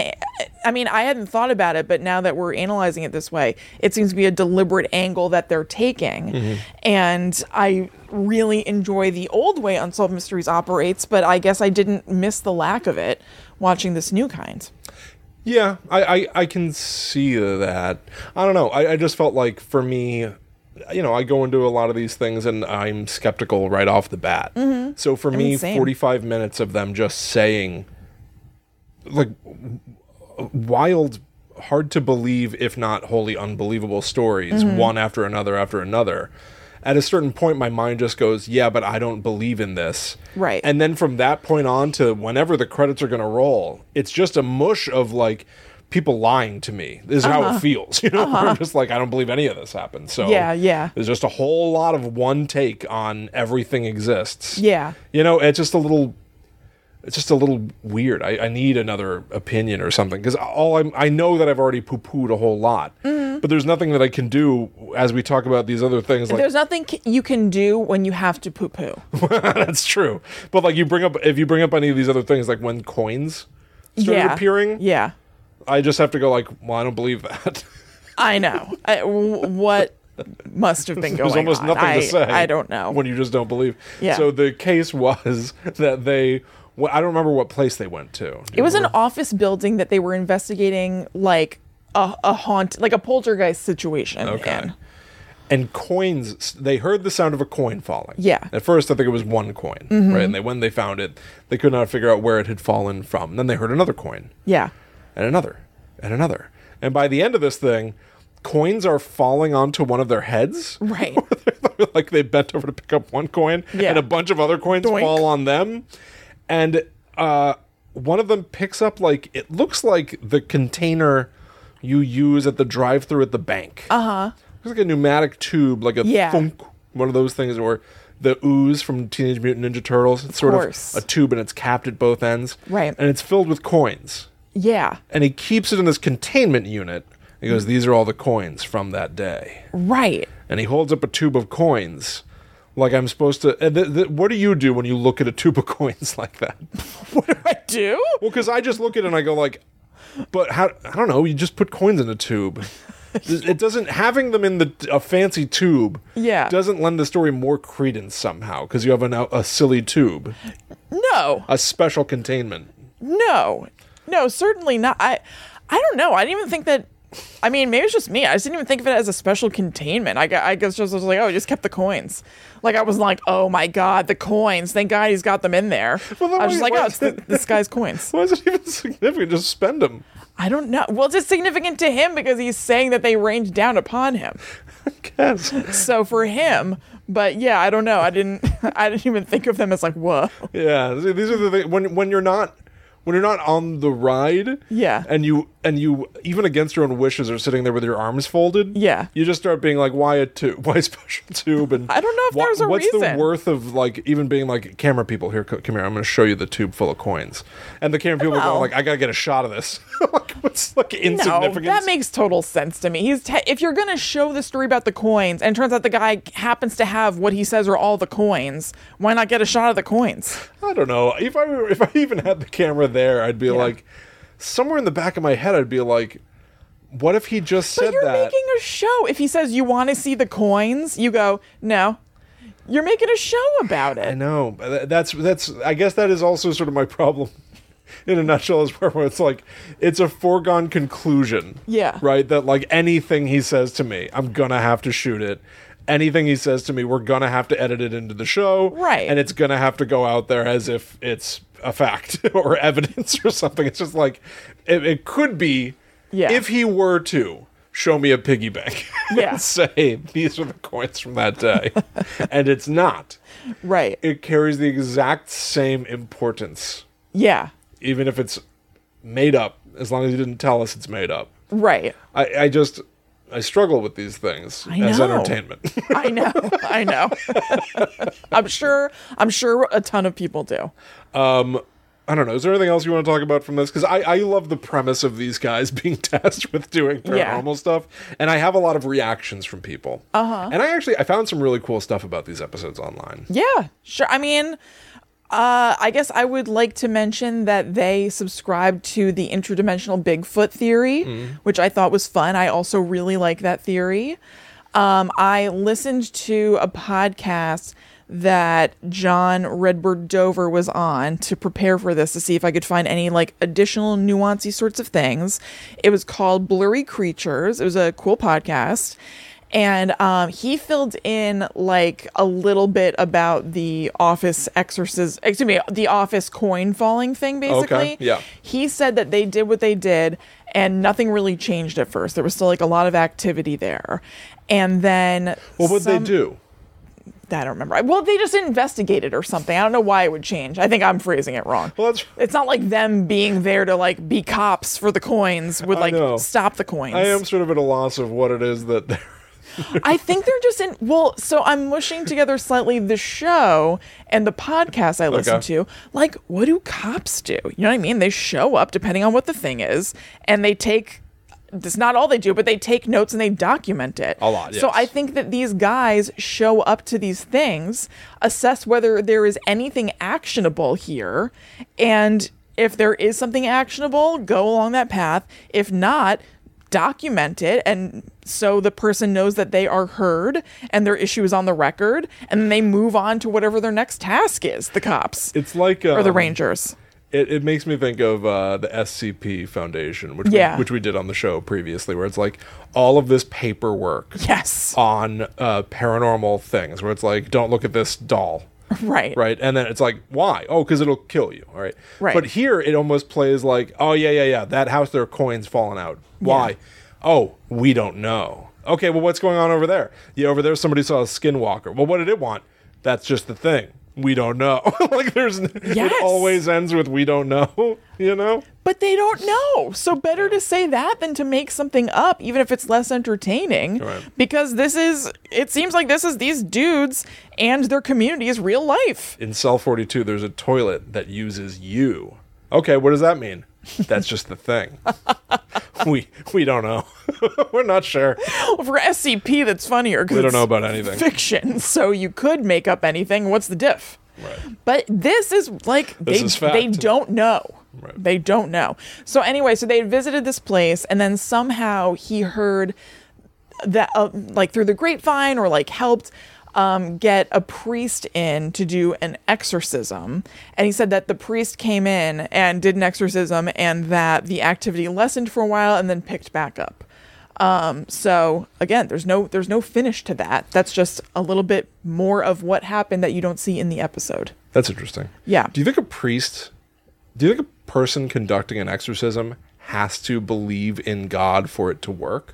Speaker 2: I mean, I hadn't thought about it, but now that we're analyzing it this way, it seems to be a deliberate angle that they're taking.
Speaker 1: Mm-hmm.
Speaker 2: And I really enjoy the old way Unsolved Mysteries operates, but I guess I didn't miss the lack of it watching this new kind.
Speaker 1: Yeah, I, I, I can see that. I don't know. I, I just felt like for me, you know, I go into a lot of these things and I'm skeptical right off the bat. So for me,
Speaker 2: same.
Speaker 1: 45 minutes of them just saying like w- wild hard to believe, if not wholly unbelievable, stories
Speaker 2: Mm-hmm.
Speaker 1: one after another after another. At a certain point, my mind just goes, "Yeah, but I don't believe in this."
Speaker 2: Right.
Speaker 1: And then from that point on to whenever the credits are going to roll, it's just a mush of like people lying to me. This is how it feels, *laughs* you know. We're just like, I don't believe any of this happened. So
Speaker 2: Uh-huh. Yeah, yeah.
Speaker 1: There's just a whole lot of one take on everything exists.
Speaker 2: Yeah.
Speaker 1: You know, it's just a little it's just a little weird. I, I need another opinion or something because all I'm, I know that I've already poo pooed a whole lot,
Speaker 2: Mm-hmm.
Speaker 1: but there's nothing that I can do as we talk about these other things. Like
Speaker 2: There's nothing c- you can do when you have to poo poo.
Speaker 1: *laughs* that's true, but like you bring up if you bring up any of these other things, like when coins started
Speaker 2: Yeah.
Speaker 1: appearing,
Speaker 2: Yeah.
Speaker 1: I just have to go like, well, I don't believe that. *laughs*
Speaker 2: Oh I know. I, w- what must have been
Speaker 1: *laughs*
Speaker 2: going
Speaker 1: There's almost
Speaker 2: on?
Speaker 1: nothing
Speaker 2: I,
Speaker 1: to say.
Speaker 2: I don't know.
Speaker 1: When you just don't believe.
Speaker 2: Yeah.
Speaker 1: So the case *laughs* was that they. Well, I don't remember what place they went to. Do
Speaker 2: it
Speaker 1: you
Speaker 2: was an
Speaker 1: remember?
Speaker 2: office building that they were investigating, like a, a haunt, like a poltergeist situation.
Speaker 1: Okay.
Speaker 2: in.
Speaker 1: and coins. They heard the sound of a coin falling.
Speaker 2: Yeah. Mm-hmm.
Speaker 1: At first, I think it was one coin, right? And they, when they found it, they could not figure out where it had fallen from. Then they heard another coin,
Speaker 2: Yeah.
Speaker 1: and another, and another. And by the end of this thing, coins are falling onto one of their heads.
Speaker 2: Right.
Speaker 1: *laughs* like they bent over to pick up one coin
Speaker 2: Yeah.
Speaker 1: and a bunch of other coins
Speaker 2: Doink.
Speaker 1: fall on them and uh, one of them picks up like it looks like the container you use at the drive-through at the bank uh-huh it's like a pneumatic tube like a
Speaker 2: Yeah.
Speaker 1: thunk, one of those things or the ooze from teenage mutant ninja turtles it's sort
Speaker 2: course.
Speaker 1: of a tube and it's capped at both ends
Speaker 2: Right.
Speaker 1: and it's filled with coins
Speaker 2: Yeah.
Speaker 1: and he keeps it in this containment unit he goes these are all the coins from that day *laughs*
Speaker 2: Right.
Speaker 1: and he holds up a tube of coins like i'm supposed to and th- th- what do you do when you look at a tube of *laughs* coins like that
Speaker 2: What do I do?
Speaker 1: well because i just look at it and i go like but how i don't know you just put coins in a tube it doesn't having them in the a fancy tube
Speaker 2: Yeah.
Speaker 1: doesn't lend the story more credence somehow because you have an, a silly tube
Speaker 2: No.
Speaker 1: a special containment
Speaker 2: No, no, certainly not. I, I don't know. I didn't even think that. I mean, maybe it's just me. I just didn't even think of it as a special containment. I, gu- I guess just I was like, oh, he just kept the coins. Like I was like, oh my god, the coins! Thank God he's got them in there.
Speaker 1: Well, then
Speaker 2: I was just
Speaker 1: why-
Speaker 2: like, oh,
Speaker 1: why- *laughs*
Speaker 2: it's th- this guy's coins.
Speaker 1: why is it even *laughs* significant just spend them
Speaker 2: I don't know. Well, it's just significant to him because he's saying that they rained down upon him.
Speaker 1: i guess
Speaker 2: So for him, but yeah, I don't know. I didn't. *laughs* I didn't even think of them as like, whoa.
Speaker 1: Yeah, see, these are the things when when you're not when you're not on the ride.
Speaker 2: Yeah.
Speaker 1: and you and you even against your own wishes are sitting there with your arms folded.
Speaker 2: Yeah.
Speaker 1: you just start being like, why a tube? *laughs* Why a special tube? And
Speaker 2: I don't know if
Speaker 1: wha-
Speaker 2: there's a
Speaker 1: what's
Speaker 2: reason.
Speaker 1: the worth of like even being like camera people here, co- come here. I'm going to show you the tube full of coins, and the camera people are
Speaker 2: No.
Speaker 1: going like, I got to get a shot of this. *laughs* like what's like
Speaker 2: No,
Speaker 1: insignificant?
Speaker 2: that makes total sense to me. He's te- if you're gonna show the story about the coins, and it turns out the guy happens to have what he says are all the coins. Why not get a shot of the coins?
Speaker 1: I don't know. If I were- if I even had the camera there, I'd be like, somewhere in the back of my head, I'd be like. What if he just said
Speaker 2: But you're
Speaker 1: that?
Speaker 2: making a show. If he says you want to see the coins, you go no. You're making a show about
Speaker 1: I
Speaker 2: it.
Speaker 1: know. but tha- That's that's. I guess that is also sort of my problem. *laughs* In a nutshell, is where it's like it's a foregone conclusion.
Speaker 2: Yeah.
Speaker 1: Right. That like anything he says to me, I'm gonna have to shoot it. Anything he says to me, we're gonna have to edit it into the show.
Speaker 2: Right.
Speaker 1: And it's gonna have to go out there as if it's a fact *laughs* or evidence or something. It's just like it, it could be.
Speaker 2: Yeah.
Speaker 1: If he were to show me a piggy bank *laughs*
Speaker 2: Yeah.
Speaker 1: and say these are the coins from that
Speaker 2: *laughs*
Speaker 1: day, and it's not
Speaker 2: Right.
Speaker 1: it carries the exact same importance,
Speaker 2: yeah.
Speaker 1: even if it's made up, as long as you didn't tell us it's made up.
Speaker 2: Right.
Speaker 1: I, I just I struggle with these things
Speaker 2: I
Speaker 1: as
Speaker 2: know.
Speaker 1: entertainment. *laughs*
Speaker 2: I know. *laughs* I know. I'm sure I'm sure a ton of people do.
Speaker 1: I don't know. Is there anything else you want to talk about from this? Because I, I love the premise of these guys *laughs* being tasked with doing
Speaker 2: Yeah.
Speaker 1: paranormal stuff, and I have a lot of reactions from people. Uh
Speaker 2: Uh-huh.
Speaker 1: huh. And I actually I found some really cool stuff about these episodes online.
Speaker 2: Yeah, sure. I mean, uh, I guess I would like to mention that they subscribed to the interdimensional Bigfoot theory, which I thought was fun. I also really like that theory. Um, I listened to a podcast that John Redbird Dover was on to prepare for this to see if I could find any like additional nuancy sorts of things. It was called Blurry Creatures. It was a cool podcast and um, he filled in like a little bit about the office exorcism excuse me the office coin falling thing basically
Speaker 1: yeah.
Speaker 2: he said that they did what they did and nothing really changed at first. There was still like a lot of activity there, and then
Speaker 1: Well, what'd
Speaker 2: some-
Speaker 1: they do?
Speaker 2: I don't remember. Well, they just investigated or something. I don't know why it would change. I think I'm phrasing it wrong.
Speaker 1: Well, that's-
Speaker 2: it's not like them being there to like be cops for the coins would
Speaker 1: I
Speaker 2: like
Speaker 1: know.
Speaker 2: stop the coins.
Speaker 1: I am sort of at a loss of what it is that they're.
Speaker 2: I think they're just in. Well, so I'm mushing together slightly the show and the podcast I listen
Speaker 1: Okay.
Speaker 2: to. Like, what do cops do? You know what I mean? They show up depending on what the thing is, and they take. That's not all they do, but they take notes and they document it.
Speaker 1: A lot,
Speaker 2: So
Speaker 1: yes.
Speaker 2: I think that these guys show up to these things, assess whether there is anything actionable here, and if there is something actionable, go along that path. If not, document it and so the person knows that they are heard and their issue is on the record and then they move on to whatever their next task is the cops
Speaker 1: It's like um,
Speaker 2: or the rangers
Speaker 1: It, it makes me think of uh, the SCP Foundation, which
Speaker 2: Yeah.
Speaker 1: we, which we did on the show previously, where it's like all of this paperwork
Speaker 2: yes *laughs*
Speaker 1: on uh, paranormal things, where it's like, don't look at this doll.
Speaker 2: right
Speaker 1: Right. And then it's like, why? Oh, because it'll kill you. All right.
Speaker 2: Right.
Speaker 1: But here it almost plays like, oh, yeah, yeah, yeah. That house, there are coins falling out. Why? Oh, we don't know. Okay. Well, what's going on over there? Yeah, over there, somebody saw a skinwalker. Well, what did it want? That's just the thing. We don't know. *laughs* like, there's,
Speaker 2: Yes.
Speaker 1: it always ends with, we don't know, *laughs* you know?
Speaker 2: but they don't know so better to say that than to make something up even if it's less entertaining
Speaker 1: Right.
Speaker 2: because this is it seems like this is these dudes and their community's real life
Speaker 1: In cell 42, there's a toilet that uses you. Okay. What does that mean? That's just the thing. *laughs* we we don't know. *laughs* We're not sure.
Speaker 2: for scp that's funnier because
Speaker 1: We Oh. don't know about anything.
Speaker 2: fiction so you could make up anything what's the diff
Speaker 1: Right.
Speaker 2: But this is like
Speaker 1: This
Speaker 2: they,
Speaker 1: is fact.
Speaker 2: they don't know.
Speaker 1: Right.
Speaker 2: They don't know. So anyway, so they had visited this place, and then somehow he heard that, uh, like through the grapevine, or like helped um, get a priest in to do an exorcism. And he said that the priest came in and did an exorcism, and that the activity lessened for a while, and then picked back up. Um, so again, there's no there's no finish to that. That's just a little bit more of what happened that you don't see in the episode.
Speaker 1: That's interesting.
Speaker 2: Yeah.
Speaker 1: Do you think a priest, do you think a person conducting an exorcism has to believe in God for it to work?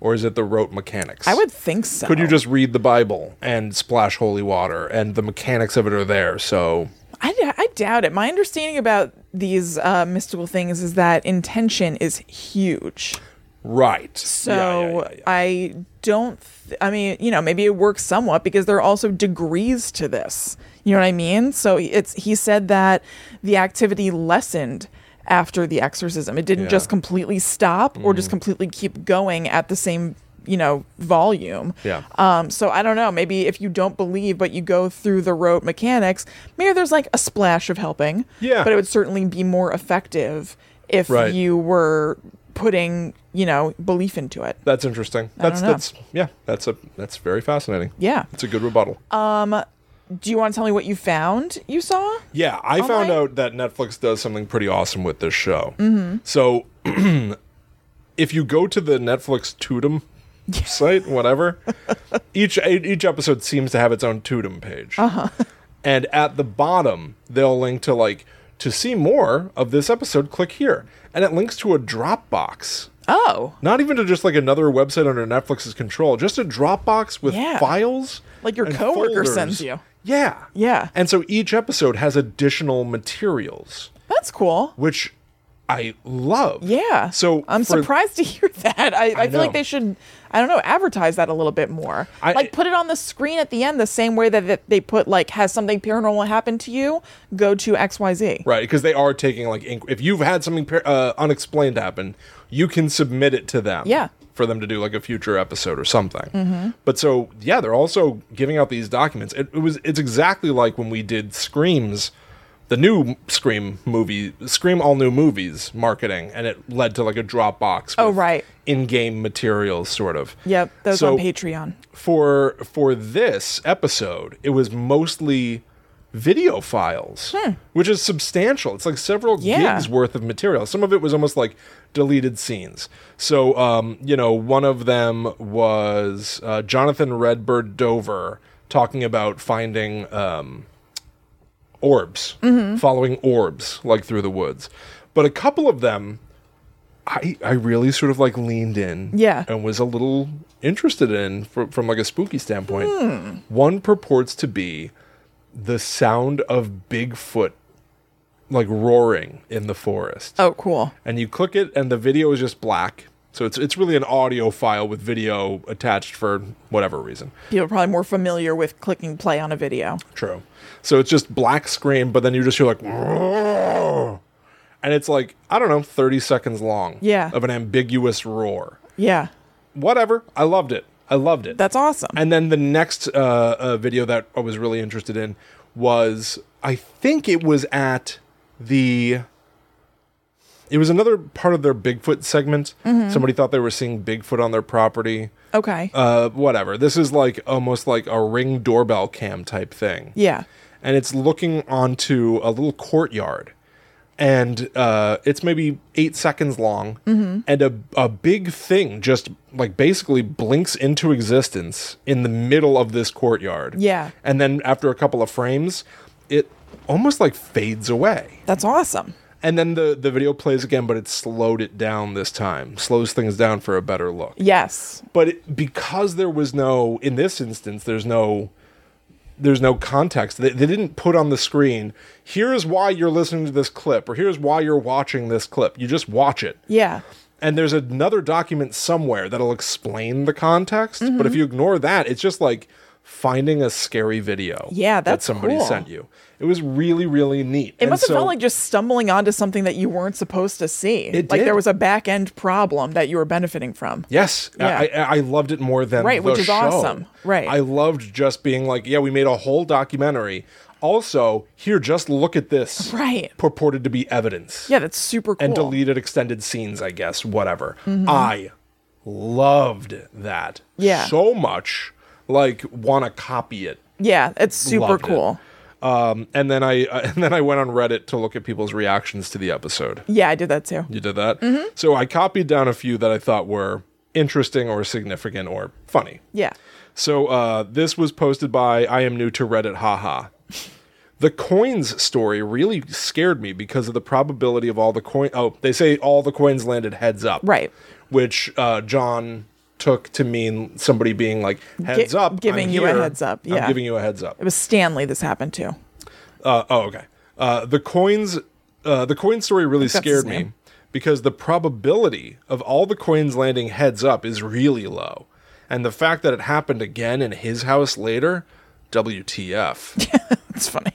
Speaker 1: Or is it the rote mechanics?
Speaker 2: I would think so.
Speaker 1: Could you just read the Bible and splash holy water and the mechanics of it are there? So,
Speaker 2: I, d- I doubt it. My understanding about these uh, mystical things is that intention is huge.
Speaker 1: right.
Speaker 2: So
Speaker 1: Yeah, yeah, yeah, yeah.
Speaker 2: I don't. Th- I mean, you know, maybe it works somewhat because there are also degrees to this. You know what I mean? So it's he said that the activity lessened after the exorcism. It didn't
Speaker 1: Yeah. Mm-hmm.
Speaker 2: just completely stop or just completely keep going at the same you know volume.
Speaker 1: Yeah.
Speaker 2: Um. So I don't know. Maybe if you don't believe, but you go through the rote mechanics, maybe there's like a splash of helping.
Speaker 1: Yeah.
Speaker 2: But it would certainly be more effective if
Speaker 1: Right.
Speaker 2: you were putting, you know, belief into it.
Speaker 1: That's interesting. That's
Speaker 2: don't know.
Speaker 1: that's yeah. That's a that's very fascinating.
Speaker 2: Yeah.
Speaker 1: It's a good rebuttal.
Speaker 2: Do you want to tell me what you found you saw?
Speaker 1: Yeah, I found
Speaker 2: right.
Speaker 1: out that Netflix does something pretty awesome with this show. So, *clears throat* if you go to the Netflix Tutum site, whatever, each each episode seems to have its own Tutum page, uh-huh. and at the bottom they'll link to like to see more of this episode, click here, and it links to a Dropbox.
Speaker 2: Oh,
Speaker 1: Not even to just like another website under Netflix's control, just a Dropbox with
Speaker 2: Yeah.
Speaker 1: files.
Speaker 2: Like your
Speaker 1: and
Speaker 2: coworker sends you.
Speaker 1: Yeah.
Speaker 2: Yeah.
Speaker 1: And so each episode has additional materials,
Speaker 2: that's cool.
Speaker 1: which I love.
Speaker 2: Yeah.
Speaker 1: So
Speaker 2: I'm
Speaker 1: for-
Speaker 2: surprised to *laughs* hear that. I, I, feel
Speaker 1: know.
Speaker 2: like they should, I don't know, advertise that a little bit more.
Speaker 1: I-
Speaker 2: like put it on the screen at the end the same way that, that they put, like, has something paranormal happened to you? Go to XYZ.
Speaker 1: Right, because they are taking like inqu- if you've had something par- uh, unexplained happen, you can submit it to them.
Speaker 2: Yeah.
Speaker 1: For them to do like a future episode or something. But so yeah, they're also giving out these documents. It, it was it's exactly like when we did Screams, the new Scream movie, Scream all new movies marketing, and it led to like a Dropbox.
Speaker 2: Oh,
Speaker 1: with
Speaker 2: right.
Speaker 1: In-game materials, sort of.
Speaker 2: Yep. Those
Speaker 1: So-
Speaker 2: on Patreon.
Speaker 1: for for this episode, it was mostly video files, which is substantial. It's like several
Speaker 2: Yeah.
Speaker 1: gigs worth of material. Some of it was almost like deleted scenes. So, um, you know, one of them was uh, Jonathan Redbird Dover talking about finding um, orbs, following orbs like through the woods. But a couple of them I, I really sort of like leaned in
Speaker 2: Yeah.
Speaker 1: and was a little interested in from, from like a spooky standpoint. One purports to be the sound of Bigfoot like roaring in the forest.
Speaker 2: Oh, cool.
Speaker 1: And you click it and the video is just black. So it's it's really an audio file with video attached for whatever reason.
Speaker 2: People are probably more familiar with clicking play on a video.
Speaker 1: True. So it's just black screen, but then you just hear like, "Roar!" and it's like I don't know, thirty seconds long.
Speaker 2: Yeah.
Speaker 1: Of an ambiguous roar.
Speaker 2: Yeah,
Speaker 1: Whatever. I loved it. I loved it.
Speaker 2: that's awesome.
Speaker 1: and then the next uh, uh, video that I was really interested in was I think it was at the. It was another part of their Bigfoot segment.
Speaker 2: Mm-hmm.
Speaker 1: Somebody thought they were seeing Bigfoot on their property.
Speaker 2: okay.
Speaker 1: Uh, whatever. This is like almost like a ring doorbell cam type thing
Speaker 2: yeah.
Speaker 1: and it's looking onto a little courtyard and uh, it's maybe eight seconds long and a, a big thing just like basically blinks into existence in the middle of this courtyard
Speaker 2: Yeah.
Speaker 1: and then after a couple of frames it almost like fades away
Speaker 2: That's awesome.
Speaker 1: and then the, the video plays again but it slowed it down this time slows things down for a better look
Speaker 2: Yes.
Speaker 1: but it, because there was no in this instance there's no there's no context they, they didn't put on the screen here's why you're listening to this clip or here's why you're watching this clip you just watch it
Speaker 2: Yeah.
Speaker 1: and there's another document somewhere that'll explain the context but
Speaker 2: Mm-hmm.
Speaker 1: if you ignore that it's just like finding a scary video
Speaker 2: Yeah,
Speaker 1: that
Speaker 2: that's
Speaker 1: somebody
Speaker 2: cool.
Speaker 1: sent you it was really really neat
Speaker 2: It must have felt like just stumbling onto something that you weren't supposed to see.
Speaker 1: It
Speaker 2: like
Speaker 1: did.
Speaker 2: there was a back end problem that you were benefiting from.
Speaker 1: Yes, I-
Speaker 2: Yeah.
Speaker 1: I, I loved it more than
Speaker 2: Right,
Speaker 1: the
Speaker 2: which is
Speaker 1: show.
Speaker 2: awesome. Right.
Speaker 1: I loved just being like, yeah, we made a whole documentary. Also, here, just look at this.
Speaker 2: Right.
Speaker 1: Purported to be evidence
Speaker 2: Yeah, that's super cool.
Speaker 1: and deleted extended scenes, I guess, whatever. I loved that
Speaker 2: Yeah.
Speaker 1: so much. Like, want to copy it.
Speaker 2: Yeah, it's super
Speaker 1: Loved it.
Speaker 2: cool.
Speaker 1: Um, and then I *laughs* and then I went on Reddit to look at people's reactions to the episode.
Speaker 2: Yeah, I did that too.
Speaker 1: You did that.
Speaker 2: Mm-hmm.
Speaker 1: So I copied down a few that I thought were interesting or significant or funny.
Speaker 2: Yeah.
Speaker 1: So uh, this was posted by I am new to Reddit. Haha. The coins story really scared me because of the probability of all the coin. Oh, they say all the coins landed heads up.
Speaker 2: Right.
Speaker 1: Which uh, John took to mean somebody being like heads
Speaker 2: Gi-
Speaker 1: up,
Speaker 2: giving
Speaker 1: I'm
Speaker 2: you a
Speaker 1: here,
Speaker 2: heads up,
Speaker 1: I'm
Speaker 2: yeah.
Speaker 1: giving you a heads up.
Speaker 2: It was Stanley this happened *laughs* to.
Speaker 1: Uh, oh, okay. Uh, the coins, uh, the coin story really
Speaker 2: that's his
Speaker 1: scared me
Speaker 2: name.
Speaker 1: because the probability of all the coins landing heads up is really low, and the fact that it happened again in his house later, WTF?
Speaker 2: It's funny.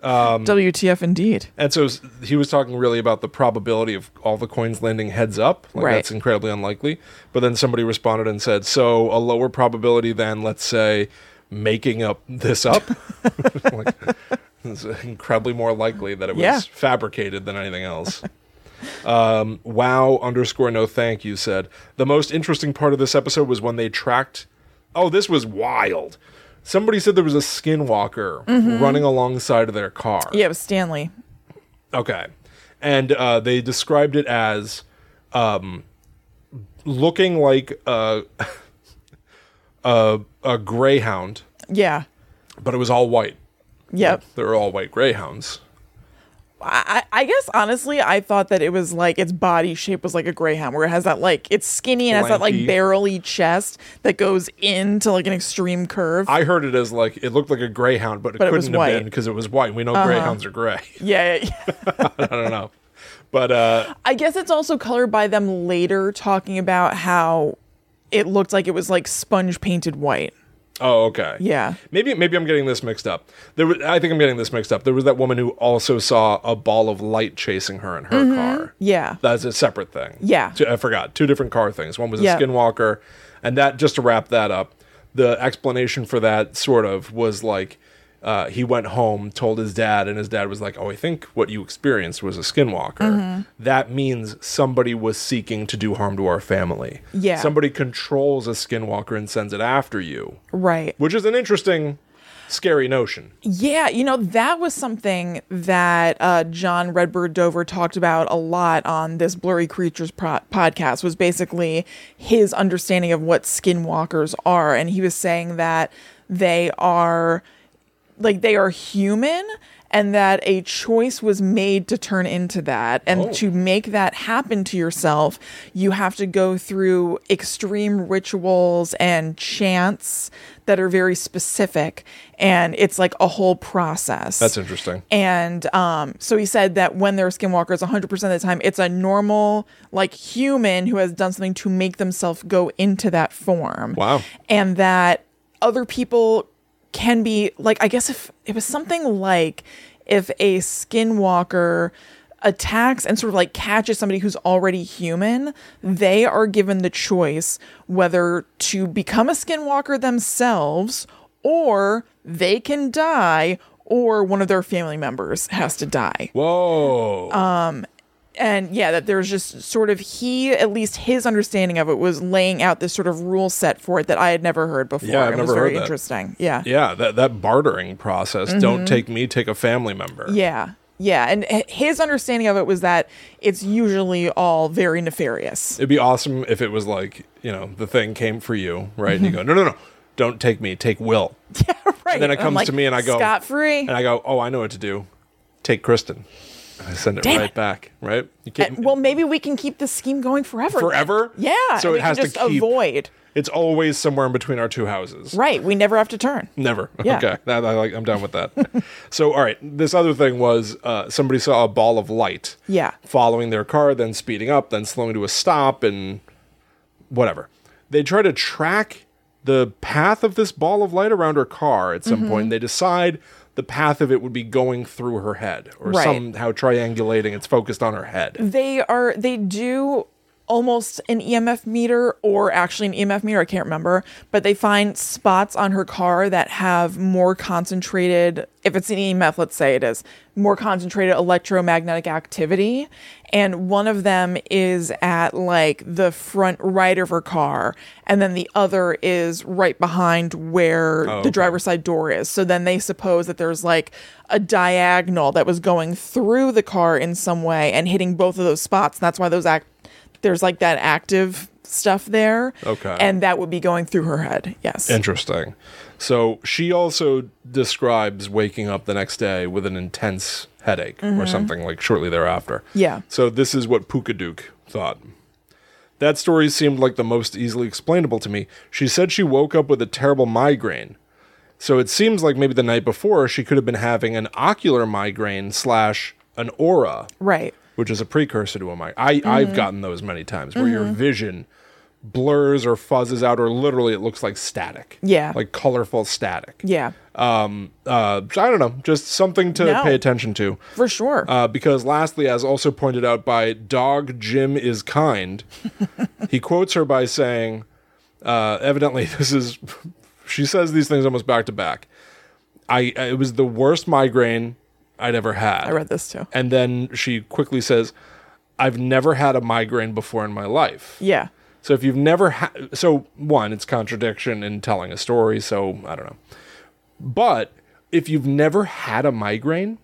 Speaker 1: Um,
Speaker 2: WTF indeed.
Speaker 1: and so s- he was talking really about the probability of all the coins landing heads up, like
Speaker 2: Right.
Speaker 1: that's incredibly unlikely. But then somebody responded and said, so a lower probability than let's say making up this up. *laughs* like, it's incredibly more likely that it was
Speaker 2: Yeah.
Speaker 1: fabricated than anything else. um, wow underscore no thank you said the most interesting part of this episode was when they tracked. Oh, this was wild. Somebody said there was a skinwalker
Speaker 2: Mm-hmm.
Speaker 1: running alongside of their car.
Speaker 2: Yeah, it was Stanley.
Speaker 1: Okay. And uh, they described it as um, looking like a, *laughs* a, a greyhound,
Speaker 2: Yeah.
Speaker 1: but it was all white.
Speaker 2: Yep.
Speaker 1: They were all white greyhounds.
Speaker 2: I, I I guess honestly, I thought that it was like its body shape was like a greyhound, where it has that like it's skinny and has that like
Speaker 1: Lanky.
Speaker 2: barrely chest that goes into like an extreme curve.
Speaker 1: I heard it as like it looked like a greyhound, but it
Speaker 2: But it was
Speaker 1: couldn't have been
Speaker 2: white. Uh-huh.
Speaker 1: because it was white. We know greyhounds are gray. *laughs*
Speaker 2: yeah, yeah, yeah. *laughs*
Speaker 1: I don't know, but uh,
Speaker 2: I guess it's also colored by them later talking about how it looked like it was like sponge painted white.
Speaker 1: oh okay,
Speaker 2: Yeah.
Speaker 1: Maybe maybe I'm getting this mixed up. There was, I think I'm getting this mixed up. There was that woman who also saw a ball of light chasing her in her
Speaker 2: Mm-hmm.
Speaker 1: car.
Speaker 2: Yeah.
Speaker 1: That's a separate thing.
Speaker 2: Yeah.
Speaker 1: Two- I forgot. Two different car things. One was a
Speaker 2: Yeah.
Speaker 1: skinwalker, and that just to wrap that up, the explanation for that sort of was like uh, he went home, told his dad, and his dad was like, "Oh, I think what you experienced was a skinwalker.
Speaker 2: Mm-hmm.
Speaker 1: That means somebody was seeking to do harm to our family.
Speaker 2: Yeah.
Speaker 1: somebody controls a skinwalker and sends it after you,
Speaker 2: Right.
Speaker 1: which is an interesting, scary notion.
Speaker 2: Yeah, you know, that was something that uh, John Redbird Dover talked about a lot on this Blurry Creatures pro- podcast, was basically his understanding of what skinwalkers are. And he was saying that they are like they are human and that a choice was made to turn into that. And
Speaker 1: Oh.
Speaker 2: to make that happen to yourself, you have to go through extreme rituals and chants that are very specific. And it's like a whole process.
Speaker 1: That's interesting.
Speaker 2: And um, so he said that when they're skinwalkers, 100% of the time, it's a normal, like, human who has done something to make themselves go into that form.
Speaker 1: Wow.
Speaker 2: And that other people can be, like, I guess if it was something like if a skinwalker attacks and sort of like catches somebody who's already human, they are given the choice whether to become a skinwalker themselves or they can die or one of their family members has to die.
Speaker 1: Whoa.
Speaker 2: Um, And yeah, that there's just sort of he, at least his understanding of it was laying out this sort of rule set for it that I had never heard before.
Speaker 1: Yeah, I've
Speaker 2: it was
Speaker 1: never
Speaker 2: very
Speaker 1: heard that.
Speaker 2: interesting. Yeah.
Speaker 1: yeah, that, that bartering process.
Speaker 2: mm-hmm.
Speaker 1: Don't take me, take a family member.
Speaker 2: Yeah. Yeah. And h- his understanding of it was that it's usually all very nefarious. *laughs*
Speaker 1: It'd be awesome if it was like, you know, the thing came for you, right? And you go, no, no, no, don't take me, take Will.
Speaker 2: Mm-hmm. right.
Speaker 1: And then it comes to me and I go,
Speaker 2: scot free.
Speaker 1: And I go, oh, I know what to do. Take Kristen. And I send it
Speaker 2: Damn
Speaker 1: right
Speaker 2: it.
Speaker 1: back, right? You
Speaker 2: Uh,
Speaker 1: can't,
Speaker 2: well, maybe we can keep this scheme going forever.
Speaker 1: forever?
Speaker 2: Yeah.
Speaker 1: So
Speaker 2: and
Speaker 1: it
Speaker 2: we can
Speaker 1: has to
Speaker 2: just
Speaker 1: keep.
Speaker 2: avoid.
Speaker 1: It's always somewhere in between our two houses.
Speaker 2: Right. We never have to turn.
Speaker 1: Never.
Speaker 2: *laughs* Yeah.
Speaker 1: Okay. That, I like, I'm done with that. *laughs* so, all right. This other thing was uh, somebody saw a ball of light.
Speaker 2: Yeah.
Speaker 1: Following their car, then speeding up, then slowing to a stop, and whatever. They try to track the path of this ball of light around her car at
Speaker 2: Mm-hmm.
Speaker 1: some point. They decide the path of it would be going through her head or
Speaker 2: Right.
Speaker 1: somehow triangulating. It's focused on her head.
Speaker 2: They are, they do almost an EMF meter or actually an EMF meter. I can't remember, but they find spots on her car that have more concentrated, if it's an EMF, let's say it is, more concentrated electromagnetic activity. And one of them is at like the front right of her car. And then the other is right behind where the
Speaker 1: okay.
Speaker 2: driver's side door is. So then they suppose that there's like a diagonal that was going through the car in some way and hitting both of those spots. And that's why those act there's like that active stuff there.
Speaker 1: Okay.
Speaker 2: And that would be going through her head. Yes.
Speaker 1: Interesting. So she also describes waking up the next day with an intense headache or something like shortly thereafter.
Speaker 2: Mm-hmm. Yeah.
Speaker 1: So this is what Pukaduke thought. That story seemed like the most easily explainable to me. She said she woke up with a terrible migraine. So it seems like maybe the night before she could have been having an ocular migraine slash an aura,
Speaker 2: right.
Speaker 1: which is a precursor to a migraine. I,
Speaker 2: Mm.
Speaker 1: I've gotten those many times where
Speaker 2: Mm-hmm.
Speaker 1: your vision blurs or fuzzes out or literally it looks like static.
Speaker 2: Yeah.
Speaker 1: Like colorful static.
Speaker 2: Yeah.
Speaker 1: Um uh I don't know, just something to
Speaker 2: No.
Speaker 1: pay attention to.
Speaker 2: For sure.
Speaker 1: Uh, because lastly, as also pointed out by Dog Jim is
Speaker 2: *laughs*
Speaker 1: kind, he quotes her by saying, uh, evidently, *laughs* this is, she says these things almost back to back. I, I- it was the worst migraine I'd ever had.
Speaker 2: I read this too.
Speaker 1: And then she quickly says, I've never had a migraine before in my life.
Speaker 2: Yeah.
Speaker 1: So if you've never had, so one, it's contradiction in telling a story. So I don't know. But if you've never had a migraine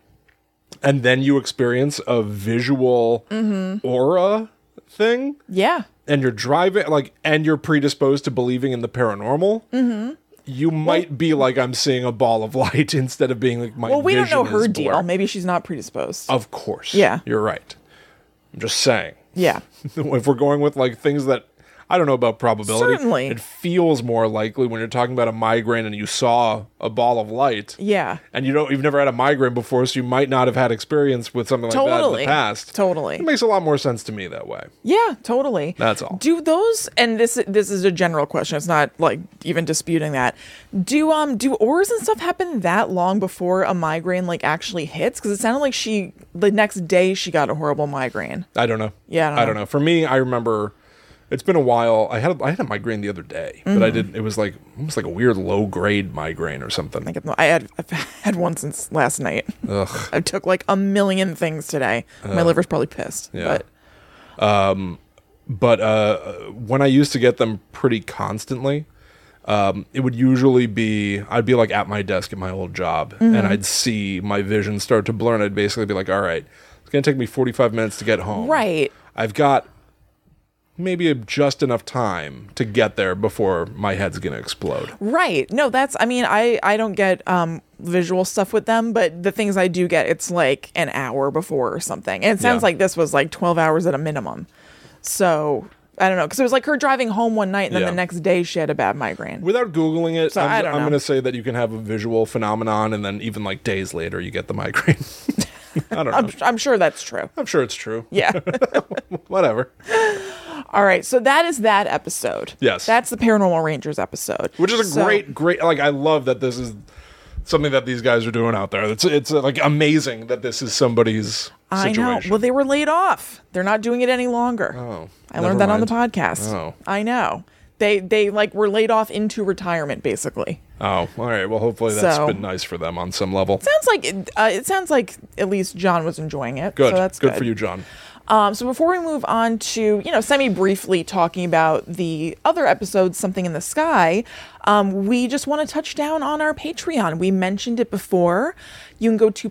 Speaker 1: and then you experience a visual
Speaker 2: Mm-hmm.
Speaker 1: aura thing
Speaker 2: Yeah.
Speaker 1: and you're driving, like, and you're predisposed to believing in the paranormal.
Speaker 2: Mm-hmm.
Speaker 1: You might be like I'm seeing a ball of light *laughs* instead of being like my.
Speaker 2: Well, we don't know
Speaker 1: vision is
Speaker 2: her deal.
Speaker 1: blurred.
Speaker 2: Maybe she's not predisposed.
Speaker 1: Of course.
Speaker 2: Yeah.
Speaker 1: You're right. I'm just saying. *laughs*
Speaker 2: yeah.
Speaker 1: if we're going with like things that I don't know about probability,
Speaker 2: Certainly.
Speaker 1: it feels more likely when you're talking about a migraine and you saw a ball of light.
Speaker 2: Yeah.
Speaker 1: And you don't you've never had a migraine before, so you might not have had experience with something like that in
Speaker 2: Totally.
Speaker 1: the past.
Speaker 2: Totally.
Speaker 1: It makes a lot more sense to me that way.
Speaker 2: Yeah, totally.
Speaker 1: That's all.
Speaker 2: Do those and this this is a general question. It's not like even disputing that. Do um do auras and stuff happen that long before a migraine like actually hits? Because it sounded like she the next day she got a horrible migraine.
Speaker 1: I don't know.
Speaker 2: Yeah, I don't know.
Speaker 1: know. For me, I remember it's been a while. I had a, I had a migraine the other day, but
Speaker 2: Mm-hmm.
Speaker 1: I did it was like almost like a weird low grade migraine or something.
Speaker 2: Like I had I've had one since last night.
Speaker 1: Ugh.
Speaker 2: *laughs* I took like a million things today. My liver's probably pissed.
Speaker 1: Yeah.
Speaker 2: But
Speaker 1: but uh, when I used to get them pretty constantly, um, it would usually be I'd be like at my desk at my old job,
Speaker 2: Mm-hmm.
Speaker 1: and I'd see my vision start to blur, and I'd basically be like, "All right, it's gonna take me forty five minutes to get home.
Speaker 2: Right.
Speaker 1: I've got maybe just enough time to get there before my head's gonna explode.
Speaker 2: Right. No, that's I mean, I I don't get um visual stuff with them, but the things I do get it's like an hour before or something. And it sounds
Speaker 1: Yeah.
Speaker 2: like this was like 12 hours at a minimum. So, I don't know cuz it was like her driving home one night and then
Speaker 1: Yeah.
Speaker 2: the next day she had a bad migraine.
Speaker 1: Without googling it, I'm,
Speaker 2: I don't
Speaker 1: I'm
Speaker 2: know.
Speaker 1: gonna say that you can have a visual phenomenon, and then even like days later, you get the migraine. *laughs* I
Speaker 2: *laughs*
Speaker 1: don't know. I'm,
Speaker 2: I'm, I'm sure that's true.
Speaker 1: sure it's true. *laughs*
Speaker 2: Yeah.
Speaker 1: Whatever.
Speaker 2: All right. So that is that episode.
Speaker 1: Yes.
Speaker 2: That's the Paranormal Rangers episode.
Speaker 1: Which is a
Speaker 2: So-
Speaker 1: great, great. Like I love that this is something that these guys are doing out there. It's it's uh, like amazing that this is somebody's
Speaker 2: I
Speaker 1: situation.
Speaker 2: know. Well, they were laid off. They're not doing it any longer.
Speaker 1: Oh,
Speaker 2: I
Speaker 1: never
Speaker 2: learned that on
Speaker 1: mind.
Speaker 2: the podcast.
Speaker 1: Oh.
Speaker 2: I know. They they like were laid off into retirement basically.
Speaker 1: Oh, all right. Well, hopefully that's
Speaker 2: So-
Speaker 1: been nice for them on some level.
Speaker 2: Sounds like it, uh, it sounds like at least John was enjoying it.
Speaker 1: Good.
Speaker 2: So that's
Speaker 1: good.
Speaker 2: good,
Speaker 1: for you, John.
Speaker 2: Um, so before we move on to you know semi briefly talking about the other episode, something in the sky, um, we just want to touch down on our Patreon. We mentioned it before. You can go to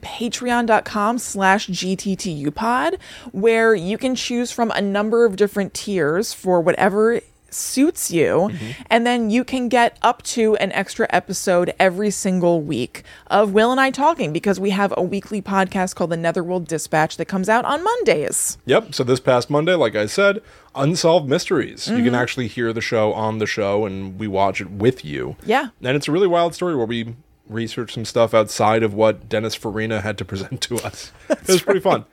Speaker 2: patreon.com/slash gttupod where you can choose from a number of different tiers for whatever suits you and then you can get up to an extra episode every single week of Will and I talking because we have a weekly podcast called the Netherworld Dispatch that comes out on Mondays.
Speaker 1: Yep. So this past Monday, like I said, unsolved mysteries. You
Speaker 2: Mm-hmm.
Speaker 1: can actually hear the show on the show, and we watch it with you.
Speaker 2: Yeah.
Speaker 1: And it's a really wild story where we research some stuff outside of what Dennis Farina had to present to us. *laughs* it was pretty fun.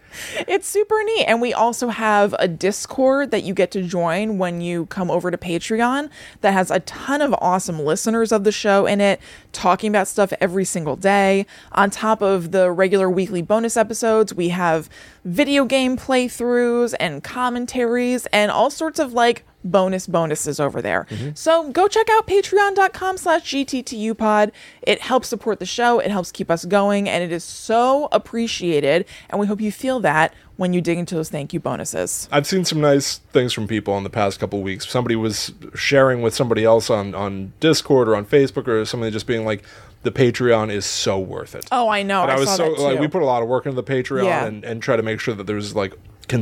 Speaker 2: It's super neat. And we also have a Discord that you get to join when you come over to Patreon that has a ton of awesome listeners of the show in it, talking about stuff every single day. On top of the regular weekly bonus episodes, we have video game playthroughs and commentaries and all sorts of like bonus bonuses over there.
Speaker 1: Mm-hmm.
Speaker 2: So go check out patreon.com slash gttupod. It helps support the show. It helps keep us going and it is so appreciated. And we hope you feel that when you dig into those thank you bonuses.
Speaker 1: I've seen some nice things from people in the past couple weeks. Somebody was sharing with somebody else on, on Discord or on Facebook or something, just being like, the Patreon is so worth it.
Speaker 2: Oh, I know.
Speaker 1: And
Speaker 2: I,
Speaker 1: I was
Speaker 2: saw
Speaker 1: so
Speaker 2: that too.
Speaker 1: like we put a lot of work into the Patreon
Speaker 2: Yeah.
Speaker 1: and, and try to make sure that there's like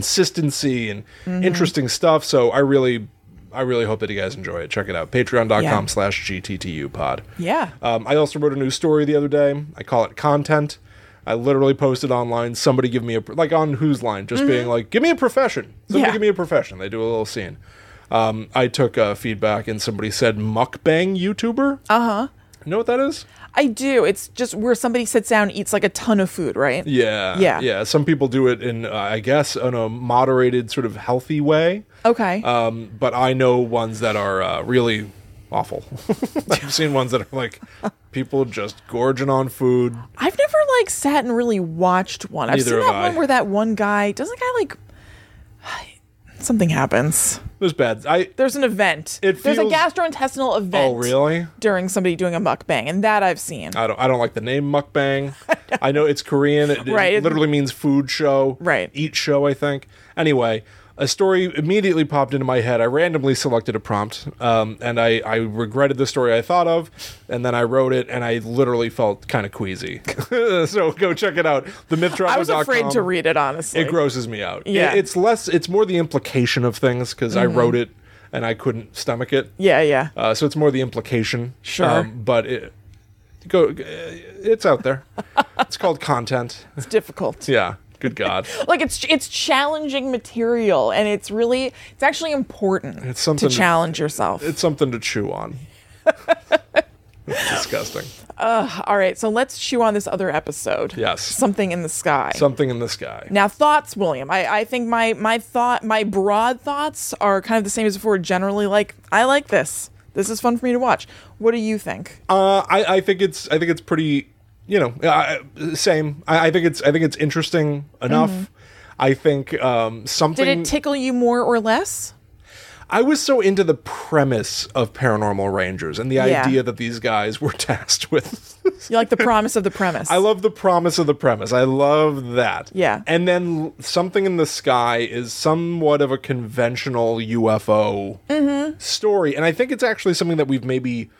Speaker 1: consistency and
Speaker 2: Mm-hmm.
Speaker 1: interesting stuff. So I really I really hope that you guys enjoy it. Check it out. Patreon.com
Speaker 2: Yeah.
Speaker 1: slash GTTU pod.
Speaker 2: yeah.
Speaker 1: Um, I also wrote a new story the other day. I call it content. I literally posted online. Somebody give me a like on whose line, just being like, give me a profession. Somebody
Speaker 2: Mm-hmm. Yeah.
Speaker 1: give me a profession. They do a little scene. Um, I took uh, feedback and somebody said mukbang YouTuber. Uh huh.
Speaker 2: Uh-huh.
Speaker 1: You know what that is?
Speaker 2: I do. It's just where somebody sits down and eats like a ton of food, right?
Speaker 1: Yeah.
Speaker 2: Yeah.
Speaker 1: Yeah. Some people do it in, uh, I guess, in a moderated, sort of healthy way.
Speaker 2: Okay.
Speaker 1: Um, but I know ones that are uh, really awful. *laughs* I've seen ones that are like people just gorging on food.
Speaker 2: I've never like sat and really watched one. I've
Speaker 1: Neither
Speaker 2: seen
Speaker 1: have
Speaker 2: that
Speaker 1: I.
Speaker 2: one where that one guy doesn't the guy like *sighs* something happens.
Speaker 1: There's bad. I.
Speaker 2: There's an event.
Speaker 1: It
Speaker 2: There's a
Speaker 1: feels-
Speaker 2: gastrointestinal event.
Speaker 1: Oh, really?
Speaker 2: During somebody doing a mukbang, and that I've seen.
Speaker 1: I don't. I don't like the name
Speaker 2: *laughs*
Speaker 1: mukbang. I know it's Korean. It, it
Speaker 2: Right.
Speaker 1: literally means food show.
Speaker 2: Right.
Speaker 1: Eat show. I think. Anyway, a story immediately popped into my head. I randomly selected a prompt, um, and I, I regretted the story I thought of, and then I wrote it, and I literally felt kind of queasy. *laughs* so go check it out. The
Speaker 2: I was afraid to read it honestly.
Speaker 1: It grosses me out. It-
Speaker 2: Yeah. Mm-hmm.
Speaker 1: it's less. It's more the implication of things because I wrote it and I couldn't stomach it. *laughs*
Speaker 2: yeah, yeah.
Speaker 1: Uh, so it's more the implication. Um,
Speaker 2: Sure.
Speaker 1: but it, go, uh, it's out
Speaker 2: *laughs*
Speaker 1: there. it's called content.
Speaker 2: It's difficult.
Speaker 1: Yeah. Good God.
Speaker 2: Like it's it's challenging material, and it's really it's actually important.
Speaker 1: It's something-
Speaker 2: to challenge yourself.
Speaker 1: It's something to chew on. It's disgusting.
Speaker 2: All right, so let's chew on this other episode.
Speaker 1: Yes.
Speaker 2: something in the sky.
Speaker 1: Something in the sky.
Speaker 2: Now thoughts, William. I, I think my my thought my broad thoughts are kind of the same as before. Generally, like I like this. This is fun for me to watch. What do you think?
Speaker 1: Uh, I, I think it's. I think it's pretty. You know, I, I- same. I, I think it's. I think it's interesting enough. I think um, something.
Speaker 2: Mm-hmm. Did it tickle you more or less?
Speaker 1: I was so into the premise of Paranormal Rangers and the
Speaker 2: Yeah.
Speaker 1: idea that these guys were *laughs* tasked with
Speaker 2: You like the promise of the premise.
Speaker 1: I love the promise of the premise. I love that.
Speaker 2: Yeah.
Speaker 1: And then l- something in the sky is somewhat of a
Speaker 2: Mm-hmm.
Speaker 1: conventional UFO story, and I think it's actually something that we've maybe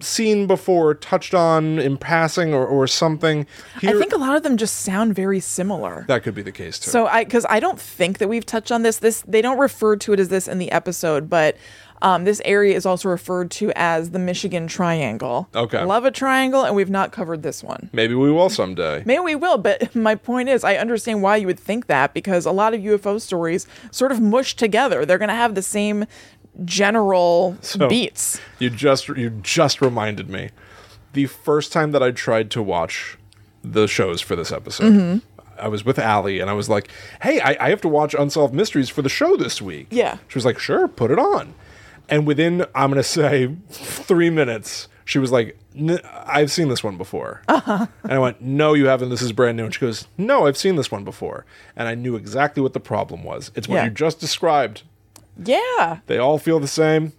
Speaker 1: seen before, touched on in passing, or, or something.
Speaker 2: I
Speaker 1: Here-
Speaker 2: think a lot of them just sound very similar.
Speaker 1: that could be the case too.
Speaker 2: So I because I don't think that we've touched on this. This they don't refer to it as this in the episode, but um, this area is also referred to as the Michigan Triangle.
Speaker 1: Okay.
Speaker 2: love a triangle, and we've not covered this one.
Speaker 1: Maybe we will someday.
Speaker 2: Maybe we will, but *laughs* my point is, I understand why you would think that because a lot of UFO stories sort of mush together. They're going to have the same general
Speaker 1: So-
Speaker 2: beats.
Speaker 1: You just you just reminded me. The first time that I tried to watch the shows for this episode, I was with Allie and I was like, "Hey, I, I have to watch Unsolved Mysteries for the show this week."
Speaker 2: Yeah.
Speaker 1: She was like, "Sure, put it on." And within I'm gonna say three minutes, she was like, N- "I've seen this one
Speaker 2: *laughs*
Speaker 1: before." Uh-huh. And I went, "No, you haven't. This is brand new." And she goes, "No, I've seen this one before." And I knew exactly what the problem was. It's what
Speaker 2: Yeah.
Speaker 1: you just described.
Speaker 2: Yeah,
Speaker 1: They all feel the same.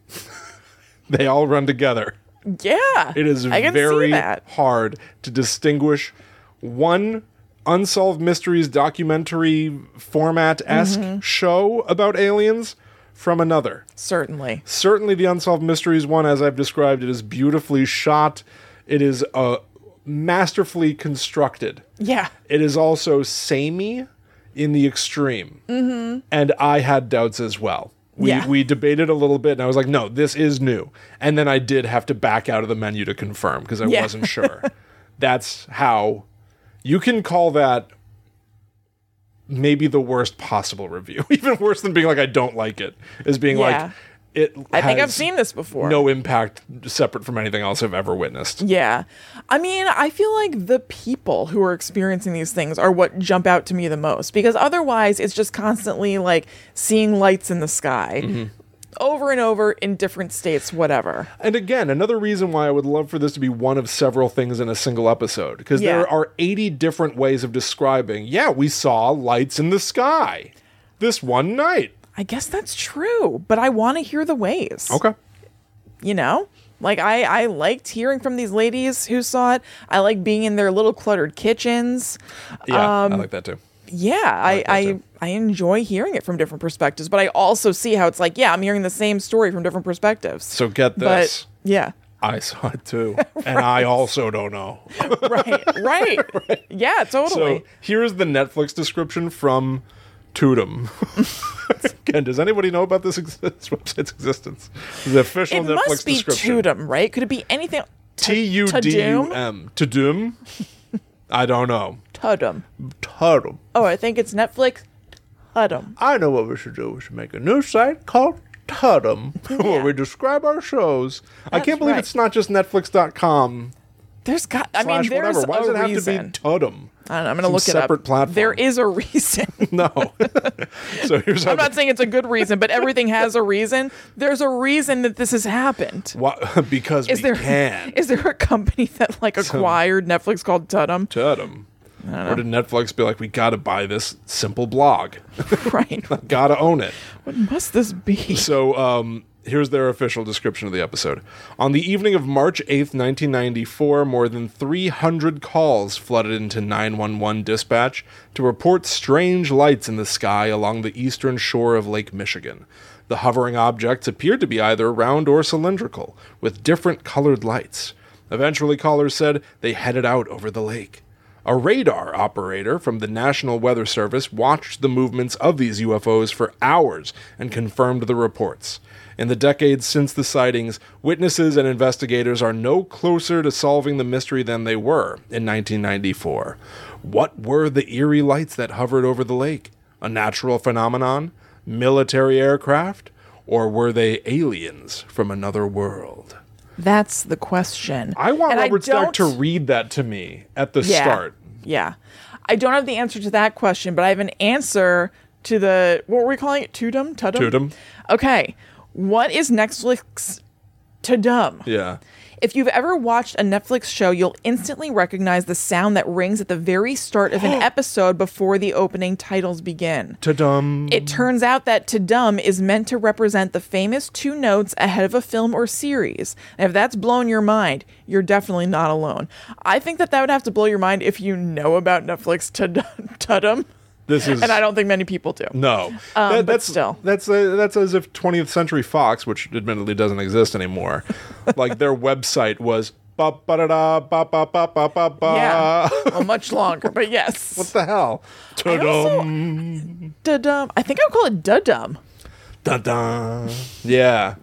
Speaker 1: *laughs* they all run together.
Speaker 2: yeah.
Speaker 1: It is
Speaker 2: I can
Speaker 1: very
Speaker 2: see that.
Speaker 1: hard to distinguish one unsolved mysteries documentary format esque
Speaker 2: Mm-hmm.
Speaker 1: show about aliens from another.
Speaker 2: Certainly.
Speaker 1: Certainly, the unsolved mysteries one, as I've described, it is beautifully shot. It is uh, masterfully constructed.
Speaker 2: Yeah.
Speaker 1: It is also samey in the extreme. Mm-hmm. And I had doubts as well. We,
Speaker 2: Yeah.
Speaker 1: we debated a little bit, and I was like, no, this is new. And then I did have to back out of the menu to confirm because I
Speaker 2: Yeah.
Speaker 1: wasn't
Speaker 2: *laughs*
Speaker 1: sure. That's how you can call that maybe the worst possible review. *laughs* Even worse than being like, I don't like it, is being
Speaker 2: Yeah.
Speaker 1: like, it.
Speaker 2: I think I've
Speaker 1: has
Speaker 2: seen this before.
Speaker 1: No impact separate from anything else I've ever witnessed.
Speaker 2: Yeah. I mean, I feel like the people who are experiencing these things are what jump out to me the most because otherwise it's just constantly like seeing lights in the sky
Speaker 1: Mm-hmm.
Speaker 2: over and over in different states, whatever.
Speaker 1: And again, another reason why I would love for this to be one of several things in a single episode, because
Speaker 2: Yeah.
Speaker 1: there are 80 different ways of describing, yeah, we saw lights in the sky this one night.
Speaker 2: I guess that's true, but I want to hear the ways.
Speaker 1: Okay.
Speaker 2: You know? Like I I liked hearing from these ladies who saw it. I like being in their little cluttered kitchens.
Speaker 1: Yeah,
Speaker 2: Um,
Speaker 1: I like that too.
Speaker 2: Yeah, I
Speaker 1: that
Speaker 2: I,
Speaker 1: too.
Speaker 2: I enjoy hearing it from different perspectives, but I also see how it's like, yeah, I'm hearing the same story from different perspectives.
Speaker 1: So get this.
Speaker 2: But yeah.
Speaker 1: I saw it
Speaker 2: *laughs*
Speaker 1: too. And I also don't know.
Speaker 2: Right. *laughs* Right. Yeah,
Speaker 1: So
Speaker 2: totally.
Speaker 1: here's the Netflix description from
Speaker 2: *laughs*
Speaker 1: Tudum. Again, does anybody know about this, ex- this website's existence? The official
Speaker 2: it
Speaker 1: Netflix
Speaker 2: must be
Speaker 1: description.
Speaker 2: Tudum, right? Could it be anything
Speaker 1: T U D U M.
Speaker 2: *laughs*
Speaker 1: Tudum? I don't know.
Speaker 2: Tudum.
Speaker 1: Tudum.
Speaker 2: Oh, I think it's Netflix Tudum.
Speaker 1: I know what we should do. We should make a new site called Tudum *laughs* where we describe our shows. I
Speaker 2: That's
Speaker 1: can't believe
Speaker 2: right.
Speaker 1: it's not just Netflix.com
Speaker 2: There's got I
Speaker 1: slash
Speaker 2: mean there's
Speaker 1: whatever. Why does
Speaker 2: a
Speaker 1: it have
Speaker 2: reason.
Speaker 1: to be Tudum?
Speaker 2: I don't know, I'm gonna
Speaker 1: Some
Speaker 2: look it up.
Speaker 1: separate platform.
Speaker 2: There is a reason.
Speaker 1: *laughs*
Speaker 2: *laughs*
Speaker 1: No. *laughs* so here's how
Speaker 2: I'm not saying it's a good reason, but everything has a reason. There's a reason that this has happened.
Speaker 1: why, *laughs* because we
Speaker 2: Is there *laughs* is
Speaker 1: can.
Speaker 2: there a company that like acquired Netflix
Speaker 1: *laughs*
Speaker 2: called Tudum?
Speaker 1: Tudum. Or did Netflix be like, we gotta buy this simple blog,
Speaker 2: right.
Speaker 1: gotta own it?
Speaker 2: What must this be?
Speaker 1: *laughs* So um, here's their official description of the episode. On the evening of March 8th, 1994, more than 300 calls flooded into 911 dispatch to report strange lights in the sky along the eastern shore of Lake Michigan. The hovering objects appeared to be either round or cylindrical, with different colored lights. Eventually, callers said they headed out over the lake. A radar operator from the National Weather Service watched the movements of these UFOs for hours and confirmed the reports. In the decades since the sightings, witnesses and investigators are no closer to solving the mystery than they were in 1994. What were the eerie lights that hovered over the lake? A natural phenomenon? Military aircraft? Or were they aliens from another world?
Speaker 2: That's the question.
Speaker 1: I want
Speaker 2: And
Speaker 1: Robert Stack
Speaker 2: don't-
Speaker 1: to read that to me at the
Speaker 2: yeah,
Speaker 1: start.
Speaker 2: Yeah. I don't have the answer to that question, but I have an answer to the what were we calling it? Tudum? Tudum?
Speaker 1: Tudum.
Speaker 2: Okay. What is Netflix Tudum?
Speaker 1: Yeah.
Speaker 2: If you've ever watched a Netflix show, you'll instantly recognize the sound that rings at the very start
Speaker 1: *gasps*
Speaker 2: of an episode before the opening titles begin.
Speaker 1: Ta-dum.
Speaker 2: It turns out that Tudum is meant to represent the famous two notes ahead of a film or series. And if that's blown your mind, you're definitely not alone. I think that that would have *laughs* to blow your mind if you know about Netflix Tud- Tudum.
Speaker 1: This is
Speaker 2: and I don't think many people do.
Speaker 1: no.
Speaker 2: but
Speaker 1: that's
Speaker 2: still.
Speaker 1: that's uh, that's as if 20th Century Fox, which admittedly doesn't exist
Speaker 2: *laughs*
Speaker 1: anymore, like their website was ba ba da da ba ba ba ba ba
Speaker 2: Yeah,
Speaker 1: ba.
Speaker 2: well, much longer, but
Speaker 1: *laughs*
Speaker 2: yes.
Speaker 1: What the hell?
Speaker 2: I also-
Speaker 1: Ta-dum.
Speaker 2: Da-dum. I think I'll call it da-dum.
Speaker 1: Dun, dun. Yeah,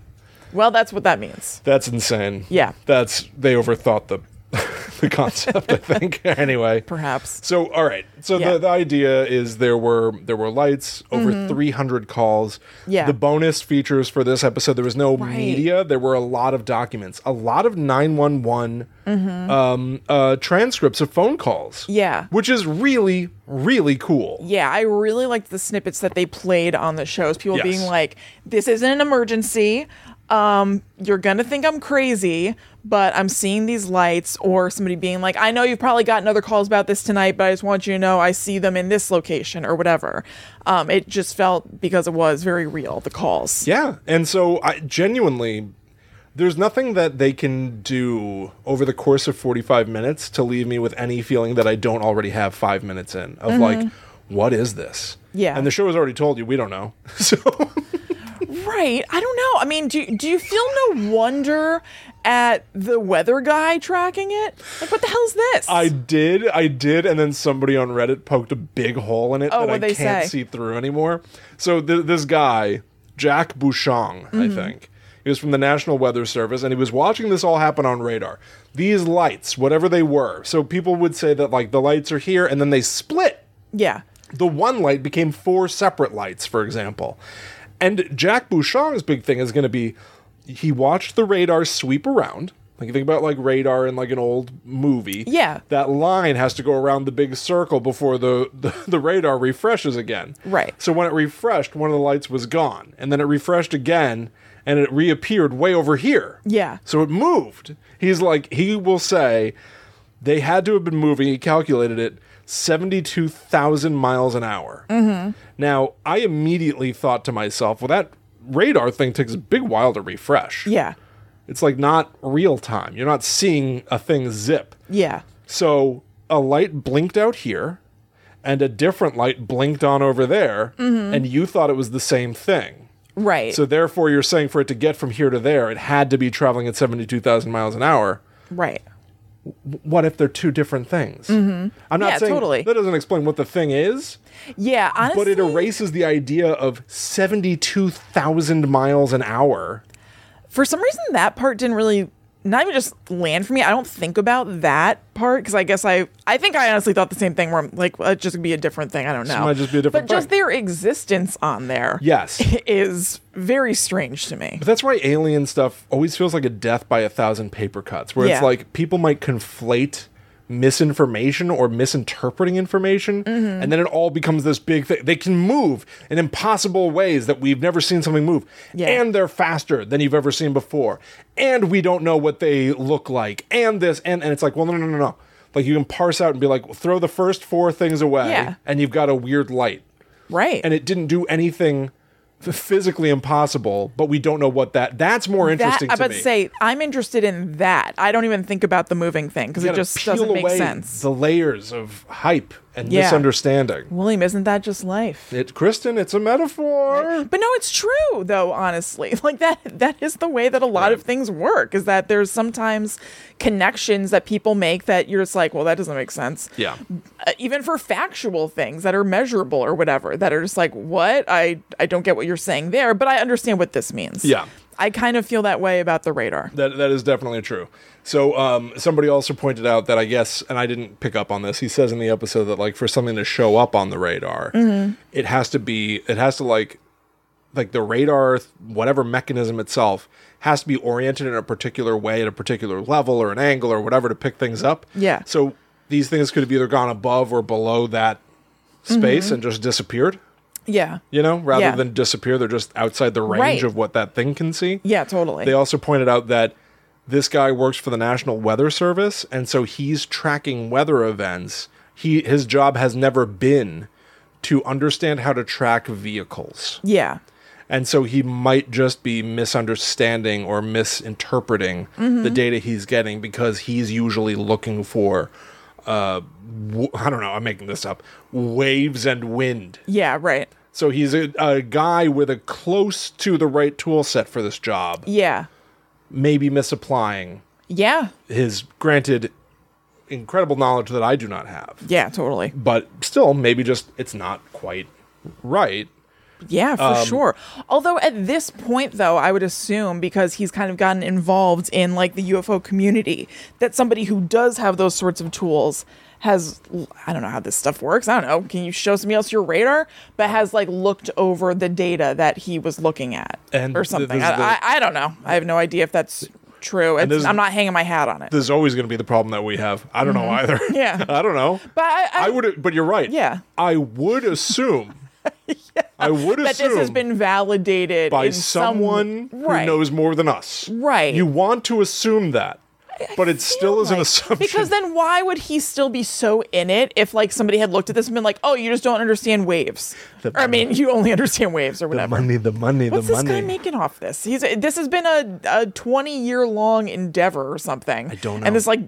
Speaker 2: Well, that's what that means.
Speaker 1: that's insane.
Speaker 2: Yeah.
Speaker 1: that's they overthought the *laughs* the concept. I think *laughs* anyway.
Speaker 2: Perhaps.
Speaker 1: So all right. So
Speaker 2: Yeah. Mm-hmm.
Speaker 1: the, the idea is there were there were lights over 300 calls.
Speaker 2: Yeah.
Speaker 1: The bonus features for this episode there was no
Speaker 2: Right.
Speaker 1: media. There were a lot of documents, a lot of 911 um, uh, transcripts of phone calls.
Speaker 2: Mm-hmm. Yeah.
Speaker 1: Which is really really cool.
Speaker 2: Yeah, I really liked the snippets that they played on the shows. People
Speaker 1: Yes.
Speaker 2: being like, "This isn't an emergency. Um, you're gonna think I'm crazy, but I'm seeing these lights." Or somebody being like, "I know you've probably gotten other calls about this tonight, but I just want you to know I see them in this location or whatever." Um, it just felt because it was very real. The calls.
Speaker 1: Yeah, and so I genuinely, there's nothing that they can do over the course of 45 minutes to leave me with any feeling that I don't already have five minutes in of like, what is this?
Speaker 2: Yeah.
Speaker 1: and the show has already told you we don't know. *laughs* So
Speaker 2: Right. I don't know. I mean, do do you feel no wonder at the weather guy tracking it? Like, what the hell's this?
Speaker 1: I did, I did, and then somebody on Reddit poked a big hole in it
Speaker 2: Oh,
Speaker 1: that I
Speaker 2: what'd they
Speaker 1: can't
Speaker 2: say?
Speaker 1: see through anymore. So th- this guy, Jack Bouchong, I
Speaker 2: Mm-hmm.
Speaker 1: think. He was from the National Weather Service, and he was watching this all happen on radar. These lights, whatever they were, so people would say that like the lights are here, and then they split.
Speaker 2: yeah.
Speaker 1: The one light became four separate lights, for example. And Jack Bouchong's big thing is going to be he watched the radar sweep around. Like you think about like radar in like an old movie.
Speaker 2: Yeah.
Speaker 1: That line has to go around the big circle before the, *laughs* the, the radar refreshes again.
Speaker 2: Right.
Speaker 1: So when it refreshed, one of the lights was gone. And then it refreshed again and it reappeared way over here.
Speaker 2: Yeah.
Speaker 1: So it moved. He's like, he will say they had to have been moving, he calculated it, 72,000 miles an hour. Mm-hmm. Now, I immediately thought to myself, well, that radar thing takes a big while to refresh.
Speaker 2: Yeah.
Speaker 1: It's like not real time. You're not seeing a thing zip.
Speaker 2: Yeah.
Speaker 1: So a light blinked out here and a different light blinked on over there, and you thought it was the same thing.
Speaker 2: Right.
Speaker 1: So therefore, you're saying for it to get from here to there, it had to be traveling at 72,000 miles an hour.
Speaker 2: right.
Speaker 1: What if they're two different things? I'm not
Speaker 2: Mm-hmm. Yeah,
Speaker 1: saying
Speaker 2: totally.
Speaker 1: that doesn't explain what the thing is,
Speaker 2: Yeah. Honestly.
Speaker 1: but it erases the idea of 72,000 miles an hour.
Speaker 2: for some reason that part didn't really not even just land for me. I don't think about that part because I guess I I think I honestly thought the same thing where I'm like well, it just could be a different thing. I don't know.
Speaker 1: might just be a different
Speaker 2: But just
Speaker 1: thing.
Speaker 2: their existence on there.
Speaker 1: Yes.
Speaker 2: *laughs* Is very strange to me.
Speaker 1: But that's why alien stuff always feels like a death by a thousand paper cuts, where
Speaker 2: Yeah.
Speaker 1: it's like people might conflate misinformation or misinterpreting information,
Speaker 2: Mm-hmm.
Speaker 1: and then it all becomes this big thing. They can move in impossible ways that we've never seen something move,
Speaker 2: Yeah.
Speaker 1: and they're faster than you've ever seen before, and we don't know what they look like, and this, and and it's like, well, no, no, no, no. Like you can parse out and be like, throw the first four things away,
Speaker 2: Yeah.
Speaker 1: and you've got a weird light
Speaker 2: Right.
Speaker 1: and it didn't do anything f- physically impossible, but we don't know what that. That's more
Speaker 2: that,
Speaker 1: interesting
Speaker 2: I'm
Speaker 1: to
Speaker 2: about
Speaker 1: me.
Speaker 2: to say, I'm interested in that. I don't even think about the moving thing because
Speaker 1: You
Speaker 2: it
Speaker 1: gotta
Speaker 2: just
Speaker 1: peel
Speaker 2: doesn't make
Speaker 1: away
Speaker 2: sense.
Speaker 1: The layers of hype and
Speaker 2: Yeah.
Speaker 1: misunderstanding.
Speaker 2: William, isn't that just life?
Speaker 1: It, Kristen, it's a metaphor.
Speaker 2: But no, it's true though, honestly. *laughs* Like that that is the way that a lot of things work is that there's sometimes connections that people make that you're just like, well, that doesn't make sense.
Speaker 1: Yeah.
Speaker 2: Uh, even for factual things that are measurable or whatever that are just like, what? I I don't get what you're saying there, but I understand what this means.
Speaker 1: Yeah.
Speaker 2: I kind of feel that way about the radar.
Speaker 1: That that is definitely true. So um, somebody also pointed out that I guess, and I didn't pick up on this. He says in the episode that like for something to show up on the radar,
Speaker 2: Mm-hmm.
Speaker 1: it has to be, it has to like, like the radar, whatever mechanism itself has to be oriented in a particular way at a particular level or an angle or whatever to pick things up.
Speaker 2: Yeah.
Speaker 1: So these things could have either gone above or below that space and just disappeared.
Speaker 2: Yeah.
Speaker 1: You know, rather
Speaker 2: Mm-hmm. Yeah.
Speaker 1: than disappear, they're just outside the range
Speaker 2: Right.
Speaker 1: of what that thing can see.
Speaker 2: Yeah, totally.
Speaker 1: They also pointed out that this guy works for the National Weather Service, and so he's tracking weather events. He his job has never been to understand how to track vehicles.
Speaker 2: yeah.
Speaker 1: And so he might just be misunderstanding or misinterpreting the data he's getting because he's usually looking for uh, w- I don't know, I'm making this up, Waves and Wind.
Speaker 2: Yeah, right.
Speaker 1: So he's a, a guy with a close to the right tool set for this job,
Speaker 2: Yeah.
Speaker 1: maybe misapplying
Speaker 2: Yeah.
Speaker 1: his granted incredible knowledge that I do not have,
Speaker 2: Yeah, totally.
Speaker 1: but still, maybe just it's not quite right.
Speaker 2: Yeah, for
Speaker 1: Um,
Speaker 2: sure. Although at this point, though, I would assume because he's kind of gotten involved in like the UFO community, that somebody who does have those sorts of tools has, I don't know how this stuff works. I don't know. Can you show somebody else your radar? But has like looked over the data that he was looking at
Speaker 1: And
Speaker 2: or
Speaker 1: th-
Speaker 2: something.
Speaker 1: this is
Speaker 2: I,
Speaker 1: the-
Speaker 2: I, I don't know. I have no idea if that's true. It's-
Speaker 1: this is-
Speaker 2: I'm not hanging my hat on it.
Speaker 1: There's always going to be the problem that we have. I don't know either.
Speaker 2: Mm-hmm. *laughs* Yeah.
Speaker 1: *laughs* I don't know.
Speaker 2: but I, I,
Speaker 1: I would, but you're right.
Speaker 2: Yeah.
Speaker 1: I would
Speaker 2: *laughs*
Speaker 1: assume. I would
Speaker 2: that
Speaker 1: assume
Speaker 2: this has been validated
Speaker 1: by
Speaker 2: in
Speaker 1: someone
Speaker 2: some, right.
Speaker 1: who knows more than us.
Speaker 2: Right.
Speaker 1: You want to assume that, but it still is an
Speaker 2: Like,
Speaker 1: assumption.
Speaker 2: Because then why would he still be so in it if like somebody had looked at this and been like, oh, you just don't understand waves.
Speaker 1: The-
Speaker 2: or, I mean, you only understand waves or
Speaker 1: *laughs* the
Speaker 2: whatever.
Speaker 1: money, the money,
Speaker 2: What's
Speaker 1: the
Speaker 2: this
Speaker 1: money.
Speaker 2: guy making off this? He's this has been a, a twenty year long endeavor or something. I
Speaker 1: don't
Speaker 2: And
Speaker 1: know.
Speaker 2: it's like,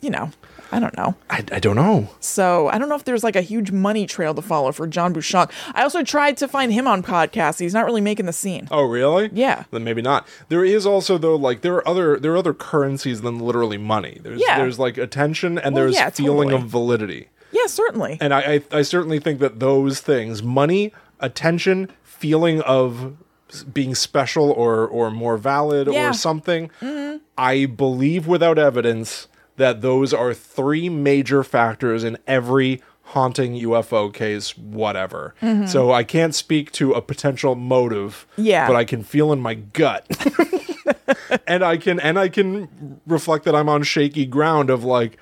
Speaker 2: you know, I don't know.
Speaker 1: I, I don't know.
Speaker 2: So I don't know if there's like a huge money trail to follow for John Bouchon. I also tried to find him on podcasts. He's not really making the scene.
Speaker 1: Oh, really?
Speaker 2: Yeah.
Speaker 1: Then maybe not. There is also though, like there are other there are other currencies than literally money. There's
Speaker 2: Yeah.
Speaker 1: there's like attention and
Speaker 2: Well,
Speaker 1: there's
Speaker 2: yeah,
Speaker 1: feeling
Speaker 2: totally.
Speaker 1: of validity.
Speaker 2: Yeah, certainly.
Speaker 1: And I, I I certainly think that those things money, attention, feeling of s- being special or or more valid
Speaker 2: Yeah. Mm-hmm.
Speaker 1: or something. I believe without evidence that those are three major factors in every haunting UFO case whatever.
Speaker 2: Mm-hmm.
Speaker 1: So I can't speak to a potential motive
Speaker 2: Yeah.
Speaker 1: but I can feel in my
Speaker 2: *laughs*
Speaker 1: gut. and I can and I can reflect that I'm on shaky ground of like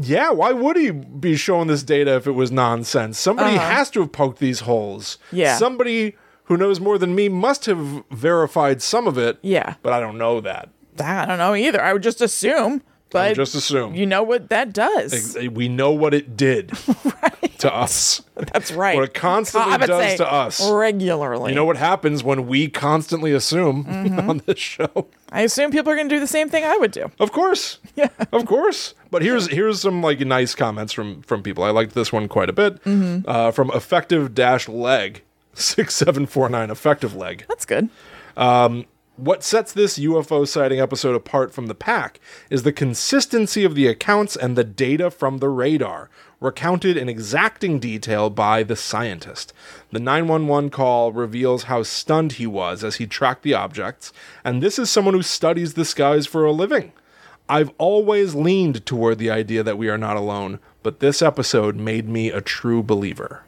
Speaker 1: yeah, why would he be showing this data if it was nonsense? Somebody has to have poked these holes.
Speaker 2: Uh-huh. Yeah.
Speaker 1: Somebody who knows more than me must have verified some of it.
Speaker 2: Yeah.
Speaker 1: But I don't know that.
Speaker 2: I don't know either. I would just assume. But
Speaker 1: just assume.
Speaker 2: You know what that does.
Speaker 1: We know what it
Speaker 2: *laughs*
Speaker 1: did to us.
Speaker 2: That's right.
Speaker 1: What it constantly
Speaker 2: I would
Speaker 1: does
Speaker 2: say
Speaker 1: to us.
Speaker 2: regularly.
Speaker 1: You know what happens when we constantly assume
Speaker 2: Mm-hmm.
Speaker 1: *laughs* on this show?
Speaker 2: I assume people are going to do the same thing I would do.
Speaker 1: Of course.
Speaker 2: Yeah.
Speaker 1: Of course. But here's here's some like nice comments from from people. I liked this one quite a bit.
Speaker 2: Mm-hmm.
Speaker 1: Uh, from effective dash leg *laughs* six seven four nine effective leg.
Speaker 2: That's good.
Speaker 1: What sets this UFO sighting episode apart from the pack is the consistency of the accounts and the data from the radar, recounted in exacting detail by the scientist. The 911 call reveals how stunned he was as he tracked the objects, and this is someone who studies the skies for a living. I've always leaned toward the idea that we are not alone, but this episode made me a true believer.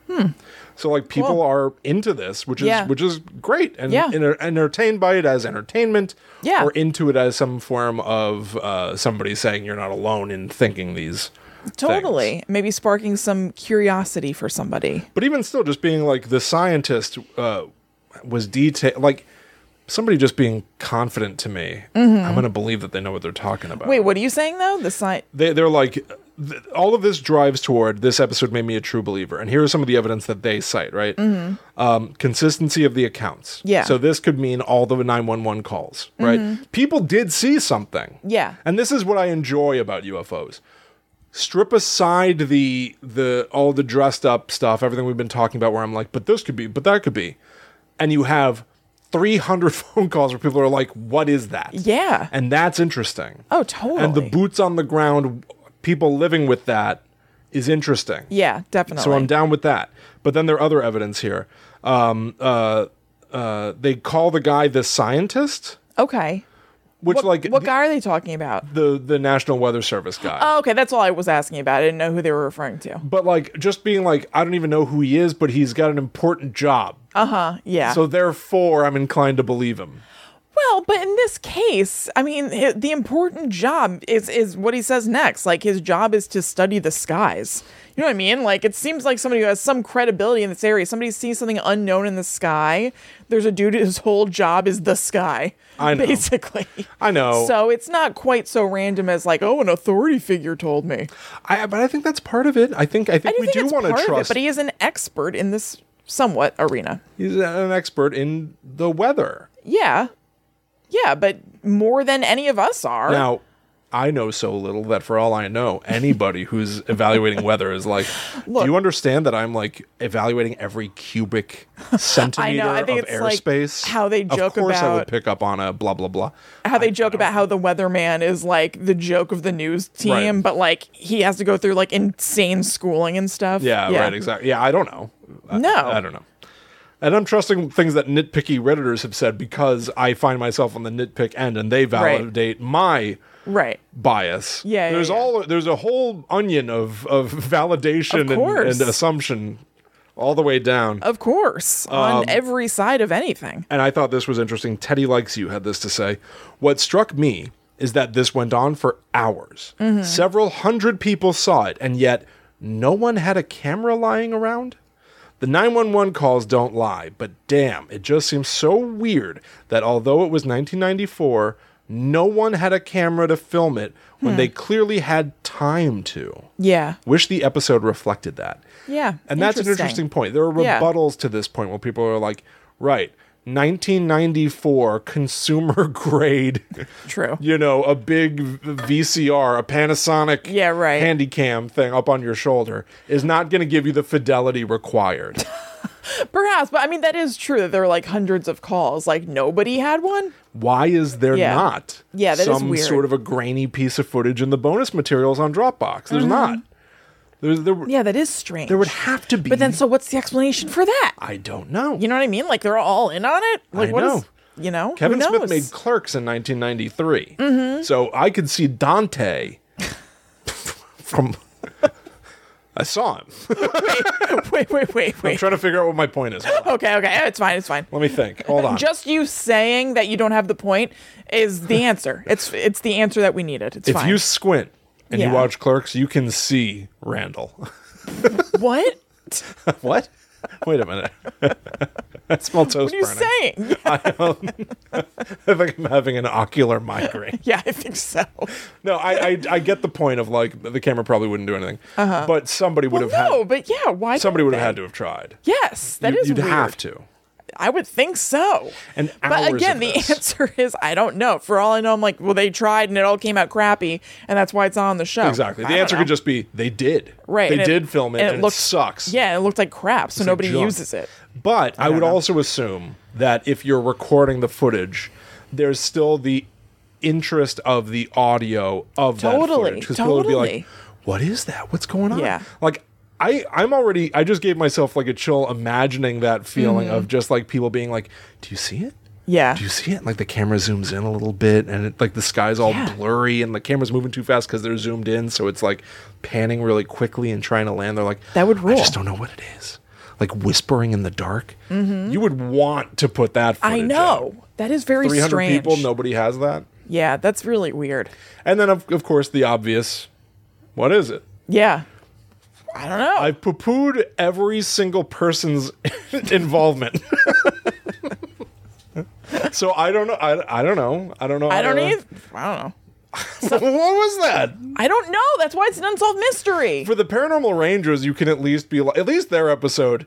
Speaker 1: So like people
Speaker 2: Hmm. Cool.
Speaker 1: are into this, which is
Speaker 2: Yeah.
Speaker 1: which is great, and
Speaker 2: Yeah.
Speaker 1: and are entertained by it as entertainment,
Speaker 2: Yeah.
Speaker 1: or into it as some form of uh, somebody saying you're not alone in thinking these.
Speaker 2: Totally.
Speaker 1: things.
Speaker 2: Maybe sparking some curiosity for somebody.
Speaker 1: But even still, just being like the scientist uh, was detail like somebody just being confident to me.
Speaker 2: Mm-hmm.
Speaker 1: I'm gonna believe that they know what they're talking about.
Speaker 2: Wait, what are you saying though? The sign.
Speaker 1: they, they're like th- all of this drives toward this episode made me a true believer and here are some of the evidence that they cite right um, consistency of the accounts
Speaker 2: Mm-hmm. Yeah. Mm-hmm.
Speaker 1: so this could mean all the 911 calls right people did see something
Speaker 2: Yeah.
Speaker 1: and this is what i enjoy about ufos strip aside the the all the dressed up stuff everything we've been talking about where i'm like but this could be but that could be and you have 300 *laughs* phone calls where people are like what is that
Speaker 2: Yeah.
Speaker 1: and that's interesting
Speaker 2: Oh, totally.
Speaker 1: and the boots on the ground people living with that is interesting
Speaker 2: yeah, definitely.
Speaker 1: so i'm down with that but then there are other evidence here um, uh, uh, they call the guy the scientist
Speaker 2: okay.
Speaker 1: which
Speaker 2: What,
Speaker 1: like
Speaker 2: what
Speaker 1: the,
Speaker 2: guy are they talking about?
Speaker 1: the the national weather service guy
Speaker 2: Oh, okay, that's all I was asking about. I didn't know who they were referring to.
Speaker 1: but like just being like i don't even know who he is but he's got an important job
Speaker 2: Uh huh. Yeah.
Speaker 1: so therefore i'm inclined to believe him
Speaker 2: Well, but in this case, I mean, i the important job is is what he says next. Like his job is to study the skies. You know what I mean? Like it seems like somebody who has some credibility in this area. Somebody sees something unknown in the sky. There's a dude whose whole job is the sky.
Speaker 1: *laughs* I know.
Speaker 2: Basically.
Speaker 1: i know
Speaker 2: So it's not quite so random as like, oh, an authority figure told me.
Speaker 1: I, but i think that's part of it i think i think
Speaker 2: I do
Speaker 1: we
Speaker 2: think
Speaker 1: do
Speaker 2: it's
Speaker 1: want to
Speaker 2: part of it,
Speaker 1: trust
Speaker 2: but he is an expert in this somewhat arena.
Speaker 1: he's an expert in the weather
Speaker 2: Yeah. Yeah, but more than any of us are.
Speaker 1: Now, I know so little that for all I know, anybody who's evaluating weather is like,
Speaker 2: Look.
Speaker 1: do you understand that I'm like evaluating every
Speaker 2: *laughs*
Speaker 1: cubic centimeter
Speaker 2: I think
Speaker 1: of
Speaker 2: it's, like,
Speaker 1: airspace?
Speaker 2: how they
Speaker 1: Of
Speaker 2: joke
Speaker 1: course, I would
Speaker 2: about-
Speaker 1: pick up on a blah blah blah.
Speaker 2: how they joke about how the weatherman is like the joke of the news team,
Speaker 1: Right.
Speaker 2: but like he has to go through like insane schooling and stuff.
Speaker 1: Yeah, right, exactly. Yeah, I don't know. I-
Speaker 2: No.
Speaker 1: I don't know. And I'm trusting things that nitpicky redditors have said because I find myself on the nitpick end, and they validate my
Speaker 2: Right.
Speaker 1: bias.
Speaker 2: Yeah, yeah,
Speaker 1: there's
Speaker 2: yeah.
Speaker 1: all there's a whole onion of of validation
Speaker 2: Of
Speaker 1: and,
Speaker 2: course.
Speaker 1: and assumption all the way down.
Speaker 2: Of course.
Speaker 1: Um,
Speaker 2: on every side of anything.
Speaker 1: and I thought this was interesting. Teddy likes you had this to say. What struck me is that this went on for hours. Several hundred people saw it, and yet no one had a camera lying around. The 911 calls don't lie, but damn, it just seems so weird that although it was 1994, no one had a camera to film it when they clearly had time to.
Speaker 2: Yeah.
Speaker 1: Wish the episode reflected that.
Speaker 2: Yeah.
Speaker 1: And that's an interesting point. There are
Speaker 2: Yeah.
Speaker 1: rebuttals to this point where people are like, right, 1994 consumer *laughs* grade,
Speaker 2: True.
Speaker 1: you know, a big v- VCR, a Panasonic
Speaker 2: Yeah, right.
Speaker 1: handycam thing up on your shoulder is not going to give you the fidelity
Speaker 2: *laughs*
Speaker 1: required.
Speaker 2: Perhaps, but I mean that is true that there are like hundreds of calls. Like nobody had one.
Speaker 1: Why is there
Speaker 2: Yeah.
Speaker 1: not
Speaker 2: Yeah, that is
Speaker 1: some
Speaker 2: weird.
Speaker 1: sort of a grainy piece of footage in the bonus materials on Dropbox? There's not. There's, there,
Speaker 2: Mm-hmm. Yeah, that is strange.
Speaker 1: there would have to be.
Speaker 2: but then so what's the explanation for that?
Speaker 1: I don't know.
Speaker 2: You know what I mean? Like they're all in on it? Like
Speaker 1: I
Speaker 2: what is?
Speaker 1: know.
Speaker 2: you know?
Speaker 1: Kevin
Speaker 2: Who
Speaker 1: Smith
Speaker 2: knows? Mm-hmm.
Speaker 1: made Clerks in 1993. So I could see Dante *laughs* from. I saw him.
Speaker 2: *laughs* wait,
Speaker 1: *laughs*
Speaker 2: wait, wait,
Speaker 1: I'm
Speaker 2: wait.
Speaker 1: trying to figure out what my point is. Hold on.
Speaker 2: Okay, okay. It's fine, it's fine.
Speaker 1: Let me think. Hold on.
Speaker 2: Just you saying that you don't have the point is the answer. It's it's the answer that we needed. It's
Speaker 1: if
Speaker 2: fine.
Speaker 1: you squint and
Speaker 2: Yeah.
Speaker 1: you watch Clerks, you can see Randall. *laughs*
Speaker 2: what?
Speaker 1: what? Wait a minute. *laughs* I smell toast
Speaker 2: What are you
Speaker 1: burning.
Speaker 2: saying? *laughs*
Speaker 1: *laughs* I think I'm having an ocular migraine.
Speaker 2: yeah, I think so.
Speaker 1: No, I, I I get the point of like the camera probably wouldn't do anything, but somebody would have
Speaker 2: Uh-huh. No,
Speaker 1: had
Speaker 2: but yeah, why?
Speaker 1: somebody would have
Speaker 2: didn't
Speaker 1: had to have tried.
Speaker 2: they? Yes, that
Speaker 1: You-
Speaker 2: is
Speaker 1: you'd
Speaker 2: weird.
Speaker 1: have to.
Speaker 2: I would think so.
Speaker 1: And hours
Speaker 2: but
Speaker 1: of
Speaker 2: again, the
Speaker 1: this.
Speaker 2: answer *laughs* is I don't know. For all I know, I'm like, well, they tried and it all came out crappy, and that's why it's not on the show.
Speaker 1: Exactly.
Speaker 2: I
Speaker 1: The
Speaker 2: don't
Speaker 1: answer
Speaker 2: know.
Speaker 1: could just be they did.
Speaker 2: Right,
Speaker 1: They
Speaker 2: and it-
Speaker 1: did film it, and, it,
Speaker 2: looked-
Speaker 1: sucks.
Speaker 2: yeah, it looked like crap, so
Speaker 1: like
Speaker 2: nobody
Speaker 1: junk.
Speaker 2: uses it.
Speaker 1: But I, would
Speaker 2: know.
Speaker 1: also assume that if you're recording the footage, there's still the interest of the audio of that
Speaker 2: Totally,
Speaker 1: footage because people would be like,
Speaker 2: totally.
Speaker 1: "What is that? What's going on?"
Speaker 2: Yeah.
Speaker 1: Like. I, I'm already I just gave myself like a chill imagining that feeling of just like people being like, Do you see it?
Speaker 2: Mm-hmm. Yeah,
Speaker 1: do you see it? Like the camera zooms in a little bit, and it, like the sky's all
Speaker 2: Yeah.
Speaker 1: blurry, and the camera's moving too fast because they're zoomed in, so it's like panning really quickly and trying to land. They're like,
Speaker 2: That would
Speaker 1: I
Speaker 2: rule.
Speaker 1: just don't know what it is. Like whispering in the dark. You would want to put that.
Speaker 2: Mm-hmm. I
Speaker 1: footage
Speaker 2: know. That is very
Speaker 1: Three hundred
Speaker 2: strange.
Speaker 1: people. Nobody has that.
Speaker 2: Yeah, that's really weird.
Speaker 1: And then of, of course the obvious. What is it?
Speaker 2: Yeah. I don't know.
Speaker 1: I've poo pooed every single person's *laughs* involvement. *laughs* so I don't know. I, I don't know. I don't know.
Speaker 2: I
Speaker 1: how
Speaker 2: don't
Speaker 1: to-
Speaker 2: either. I don't know.
Speaker 1: *laughs* what was that?
Speaker 2: I don't know. That's why it's an unsolved mystery.
Speaker 1: for the paranormal rangers you can at least be like at least their episode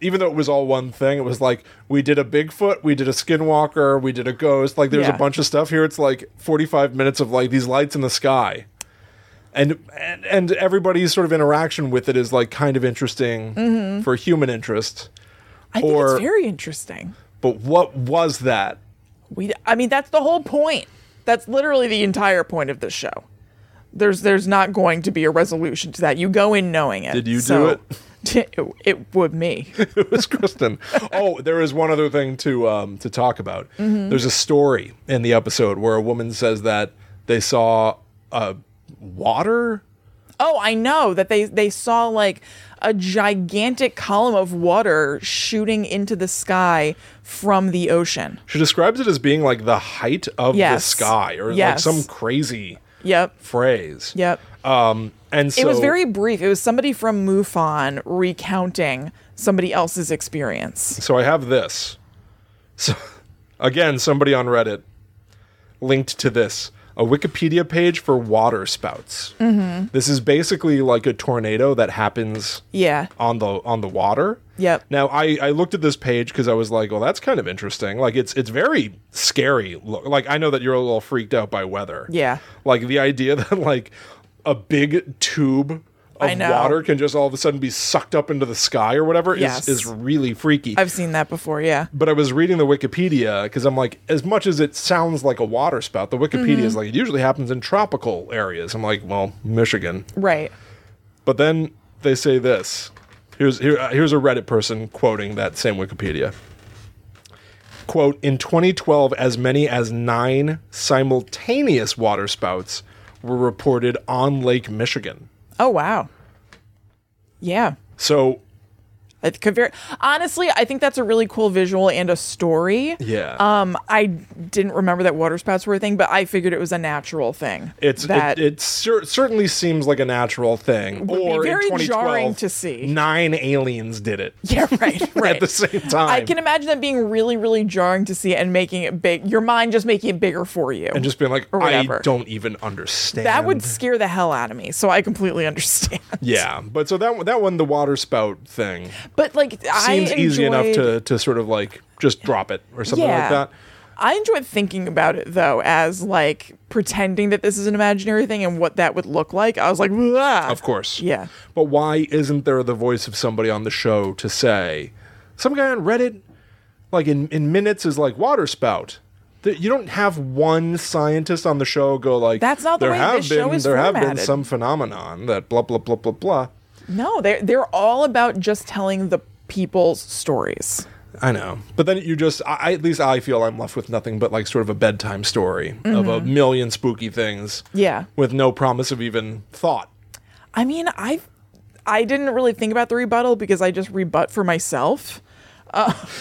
Speaker 1: even though it was all one thing it was like we did a bigfoot we did a skinwalker we did a ghost like there's
Speaker 2: Yeah.
Speaker 1: a bunch of stuff here it's like 45 minutes of like these lights in the sky and and, and everybody's sort of interaction with it is like kind of interesting for human interest
Speaker 2: Mm-hmm. I think
Speaker 1: or-
Speaker 2: it's very interesting.
Speaker 1: but what was that
Speaker 2: We, I mean, that's the whole point. That's literally the entire point of this show. There's, there's not going to be a resolution to that. You go in knowing it.
Speaker 1: Did you do
Speaker 2: it? *laughs* It, would me.
Speaker 1: *laughs* it was Kristen. Oh, there is one other thing to um, to talk about.
Speaker 2: Mm-hmm.
Speaker 1: There's a story in the episode where a woman says that they saw uh, water.
Speaker 2: Oh, I know that they, they saw like a gigantic column of water shooting into the sky from the ocean.
Speaker 1: She describes it as being like the height of
Speaker 2: Yes.
Speaker 1: the sky, or
Speaker 2: Yes.
Speaker 1: like some crazy
Speaker 2: Yep.
Speaker 1: phrase.
Speaker 2: Yep.
Speaker 1: Um, and so
Speaker 2: It was very brief. It was somebody from MUFON recounting somebody else's experience.
Speaker 1: So I have this. So again, somebody on Reddit linked to this. a Wikipedia page for water spouts. Mm-hmm. This is basically like a tornado that happens
Speaker 2: Yeah.
Speaker 1: on the on the water.
Speaker 2: Yep.
Speaker 1: Now I, I looked at this page because I was like, well, that's kind of interesting. Like it's it's very scary. Look, like I know that you're a little freaked out by weather.
Speaker 2: Yeah.
Speaker 1: Like the idea *laughs* that like a big tube
Speaker 2: I
Speaker 1: of
Speaker 2: know.
Speaker 1: water can just all of a sudden be sucked up into the sky or whatever
Speaker 2: Yes.
Speaker 1: is is really freaky.
Speaker 2: I've seen that before. Yeah.
Speaker 1: but I was reading the Wikipedia because I'm like, as much as it sounds like a water spout, the
Speaker 2: Mm-hmm.
Speaker 1: Wikipedia is like it usually happens in tropical areas. I'm like, well, Michigan.
Speaker 2: Right.
Speaker 1: But then they say this. Here's here, uh, here's a Reddit person quoting that same Wikipedia. Quote, in 2012, as many as nine simultaneous water spouts were reported on Lake Michigan.
Speaker 2: Oh wow. Yeah.
Speaker 1: So,
Speaker 2: It could very honestly, I think that's a really cool visual and a story.
Speaker 1: yeah.
Speaker 2: Um, I didn't remember that water spouts were a thing, but I figured it was a natural thing.
Speaker 1: It's
Speaker 2: that
Speaker 1: it, it cer- certainly seems like a natural thing.
Speaker 2: be
Speaker 1: or
Speaker 2: very
Speaker 1: in 2012,
Speaker 2: jarring to see.
Speaker 1: Nine aliens did it
Speaker 2: *laughs* yeah, right, right.
Speaker 1: *laughs* at the same time.
Speaker 2: I can imagine that being really, really jarring to see and making it big. Your mind just making it bigger for you.
Speaker 1: and just being like,
Speaker 2: or
Speaker 1: I
Speaker 2: whatever.
Speaker 1: don't even understand.
Speaker 2: that would scare the hell out of me. So I completely understand. *laughs*
Speaker 1: yeah. But so that one- that one, the water spout thing,
Speaker 2: But like, I
Speaker 1: seems
Speaker 2: enjoyed,
Speaker 1: easy enough to to sort of like just drop it or something like that.
Speaker 2: I enjoyed thinking about it though, as like pretending that this is an imaginary thing and what that would look like. I was like, "Blah."
Speaker 1: Of course.
Speaker 2: Yeah.
Speaker 1: But why isn't there the voice of somebody on the show to say, some guy on Reddit, like in, in minutes, is like water spout? That you don't have one scientist on the show go like
Speaker 2: That's not the
Speaker 1: there
Speaker 2: way
Speaker 1: have
Speaker 2: this
Speaker 1: been
Speaker 2: show is
Speaker 1: there have been
Speaker 2: formatted."
Speaker 1: some phenomenon that blah blah blah blah blah.
Speaker 2: No, they're they're all about just telling the people's stories.
Speaker 1: I know, but then you just I, I- at least I feel I'm left with nothing but like sort of a bedtime story of a million spooky things.
Speaker 2: Mm-hmm. Yeah.
Speaker 1: with no promise of even thought.
Speaker 2: I mean, I I didn't really think about the rebuttal because I just rebut for myself. *laughs*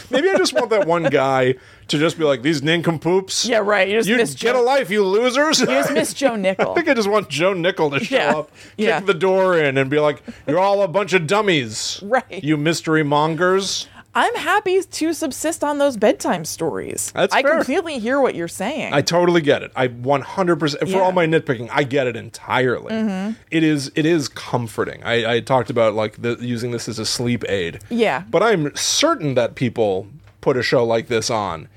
Speaker 1: Maybe I just want that one guy to just be like, "These nincompoops."
Speaker 2: Yeah, right. You just
Speaker 1: You
Speaker 2: miss
Speaker 1: get
Speaker 2: Joe-
Speaker 1: a life, you losers.
Speaker 2: You just miss Joe
Speaker 1: *laughs*
Speaker 2: Nickel.
Speaker 1: I think I just want Joe Nickel to show
Speaker 2: Yeah.
Speaker 1: up, kick
Speaker 2: Yeah.
Speaker 1: the door in, and be like, "You're all a bunch of dummies,
Speaker 2: *laughs* Right.
Speaker 1: You mystery mongers."
Speaker 2: I'm happy to subsist on those bedtime stories.
Speaker 1: That's
Speaker 2: I
Speaker 1: fair.
Speaker 2: completely hear what you're saying.
Speaker 1: I totally get it. I 100 percent for
Speaker 2: Yeah. Mm-hmm.
Speaker 1: all my nitpicking. I get it entirely. It is it is comforting. I, I talked about like the, using this as a sleep aid.
Speaker 2: Yeah.
Speaker 1: but I'm certain that people put a show like this on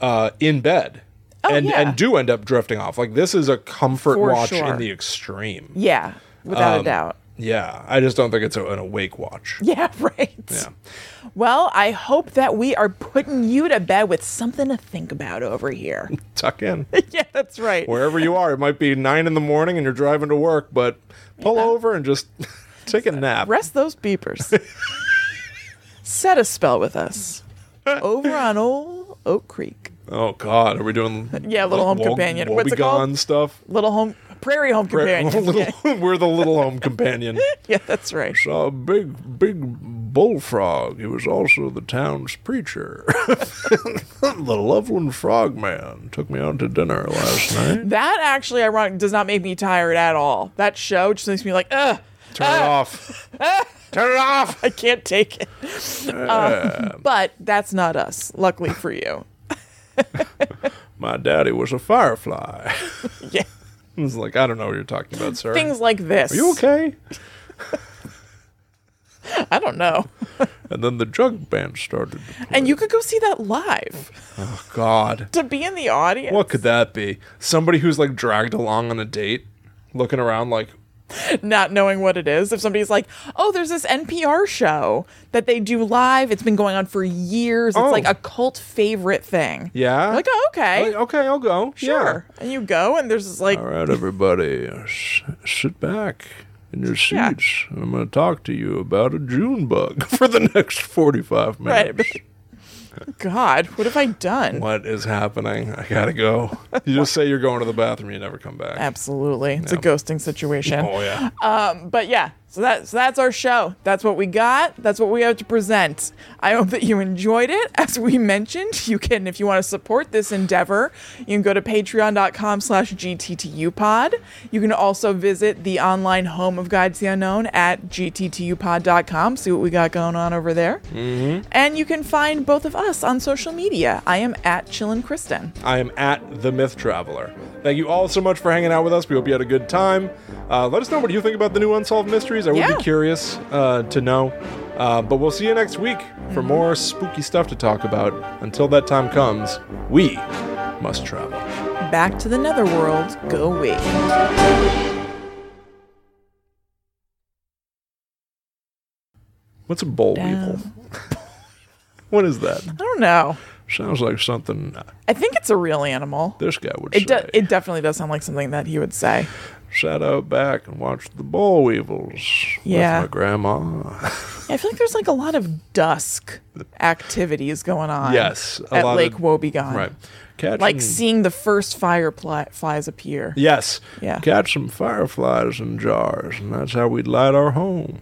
Speaker 1: uh, in bed. and,
Speaker 2: Oh, yeah.
Speaker 1: and do end up drifting off. Like this is a comfort
Speaker 2: For
Speaker 1: watch
Speaker 2: sure.
Speaker 1: in the extreme.
Speaker 2: yeah, without
Speaker 1: Um,
Speaker 2: a doubt.
Speaker 1: Yeah, I just don't think it's a, an awake watch.
Speaker 2: *laughs* Yeah, right.
Speaker 1: Yeah.
Speaker 2: Well, I hope that we are putting you to bed with something to think about over here.
Speaker 1: Tuck in.
Speaker 2: *laughs* yeah, that's right.
Speaker 1: Wherever you are, it might be nine in the morning and you're driving to work, but pull over and just *laughs* take a nap.
Speaker 2: Rest those *laughs* beepers. Set a spell with us over on Old Oak Creek.
Speaker 1: Oh God, are we doing?
Speaker 2: *laughs* Yeah, Little Home Companion.
Speaker 1: We'll
Speaker 2: What's
Speaker 1: be
Speaker 2: it called?
Speaker 1: gone stuff.
Speaker 2: Little home, prairie home
Speaker 1: Right,
Speaker 2: companion.
Speaker 1: little-
Speaker 2: *laughs* yeah,
Speaker 1: *laughs* we're the little home companion.
Speaker 2: yeah, that's right.
Speaker 1: Saw a big, big bullfrog. He was also the town's preacher. *laughs* the Loveland Frogman took me out to dinner last
Speaker 2: *laughs*
Speaker 1: night.
Speaker 2: That actually, ironic, does not make me tired at all. That show just makes me like, ugh,
Speaker 1: Turn it
Speaker 2: *laughs*
Speaker 1: off. Turn it off.
Speaker 2: I can't take it. Um, but that's not us, luckily for you.
Speaker 1: My daddy was a firefly. *laughs*
Speaker 2: Yeah,
Speaker 1: I was like, I don't know what you're talking about, sir.
Speaker 2: things like this.
Speaker 1: Are you okay?
Speaker 2: I don't know.
Speaker 1: And then the jug band started. to play.
Speaker 2: And you could go see that live
Speaker 1: Oh God.
Speaker 2: to be in the audience.
Speaker 1: What could that be? Somebody who's like dragged along on a date, looking around like,
Speaker 2: not knowing what it is. If somebody's like, oh, there's this NPR show that they do live. It's been going on for years. It's
Speaker 1: Oh.
Speaker 2: like a cult favorite thing.
Speaker 1: yeah,
Speaker 2: Like, oh, okay.
Speaker 1: Like, okay, I'll go.
Speaker 2: Sure.
Speaker 1: Yeah. Uh,
Speaker 2: And you go, and there's this like,
Speaker 1: All right, everybody, s- sit back in your seats.
Speaker 2: Yeah.
Speaker 1: I'm going to talk to you about a June bug *laughs* for the next 45 minutes.
Speaker 2: God, what have I done?
Speaker 1: What is happening? I gotta go. You just say you're going to the bathroom, you never come
Speaker 2: *laughs*
Speaker 1: back.
Speaker 2: Absolutely. It's a ghosting situation.
Speaker 1: Oh yeah.
Speaker 2: But yeah, so that so that's our show. That's what we got. That's what we have to present. I hope that you enjoyed it. *laughs* As we mentioned, you can if you want to support this endeavor, you can go to patreon.com slash gttupod. You can also visit the online home of Guides the Unknown at gttupod.com. See what we got going on over there. And you can find both of us on social media. I am at Chillin' Kristen.
Speaker 1: I am at The Myth Traveler. Thank you all so much for hanging out with us. We hope you had a good time. Uh, let us know what you think about the new Unsolved Mysteries. I would
Speaker 2: Yeah.
Speaker 1: be curious uh, to know. Uh, but we'll see you next week for more spooky stuff to talk about. Until that time comes, we must travel.
Speaker 2: Back to the netherworld, go we.
Speaker 1: What's a boll weevil? *laughs*
Speaker 2: Down.
Speaker 1: What is that?
Speaker 2: I don't know.
Speaker 1: Sounds like something uh,
Speaker 2: I think it's a real animal.
Speaker 1: this guy would
Speaker 2: It,
Speaker 1: say.
Speaker 2: de- it definitely does sound like something that he would say.
Speaker 1: Sat out back and watched the boll weevils
Speaker 2: Yeah.
Speaker 1: with my grandma. *laughs*
Speaker 2: I feel like there's like a lot of dusk activities going on.
Speaker 1: Yes, a
Speaker 2: at
Speaker 1: lot
Speaker 2: Lake
Speaker 1: of-
Speaker 2: Wobegon.
Speaker 1: right. Hmm. Catching,
Speaker 2: Like seeing the first fireflies appear.
Speaker 1: Yes.
Speaker 2: Yeah.
Speaker 1: Catch some fireflies in jars, and that's how we'd light our home.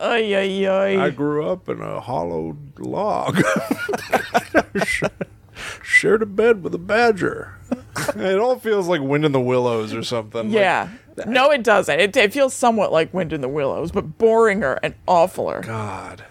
Speaker 2: Ay, ay, ay.
Speaker 1: I grew up in a hollow log. *laughs* Sh- Shared a bed with a badger. It all feels like Wind in the Willows or something. Like,
Speaker 2: yeah. no, it doesn't. It, it feels somewhat like Wind in the Willows, but boringer and awfuler.
Speaker 1: God.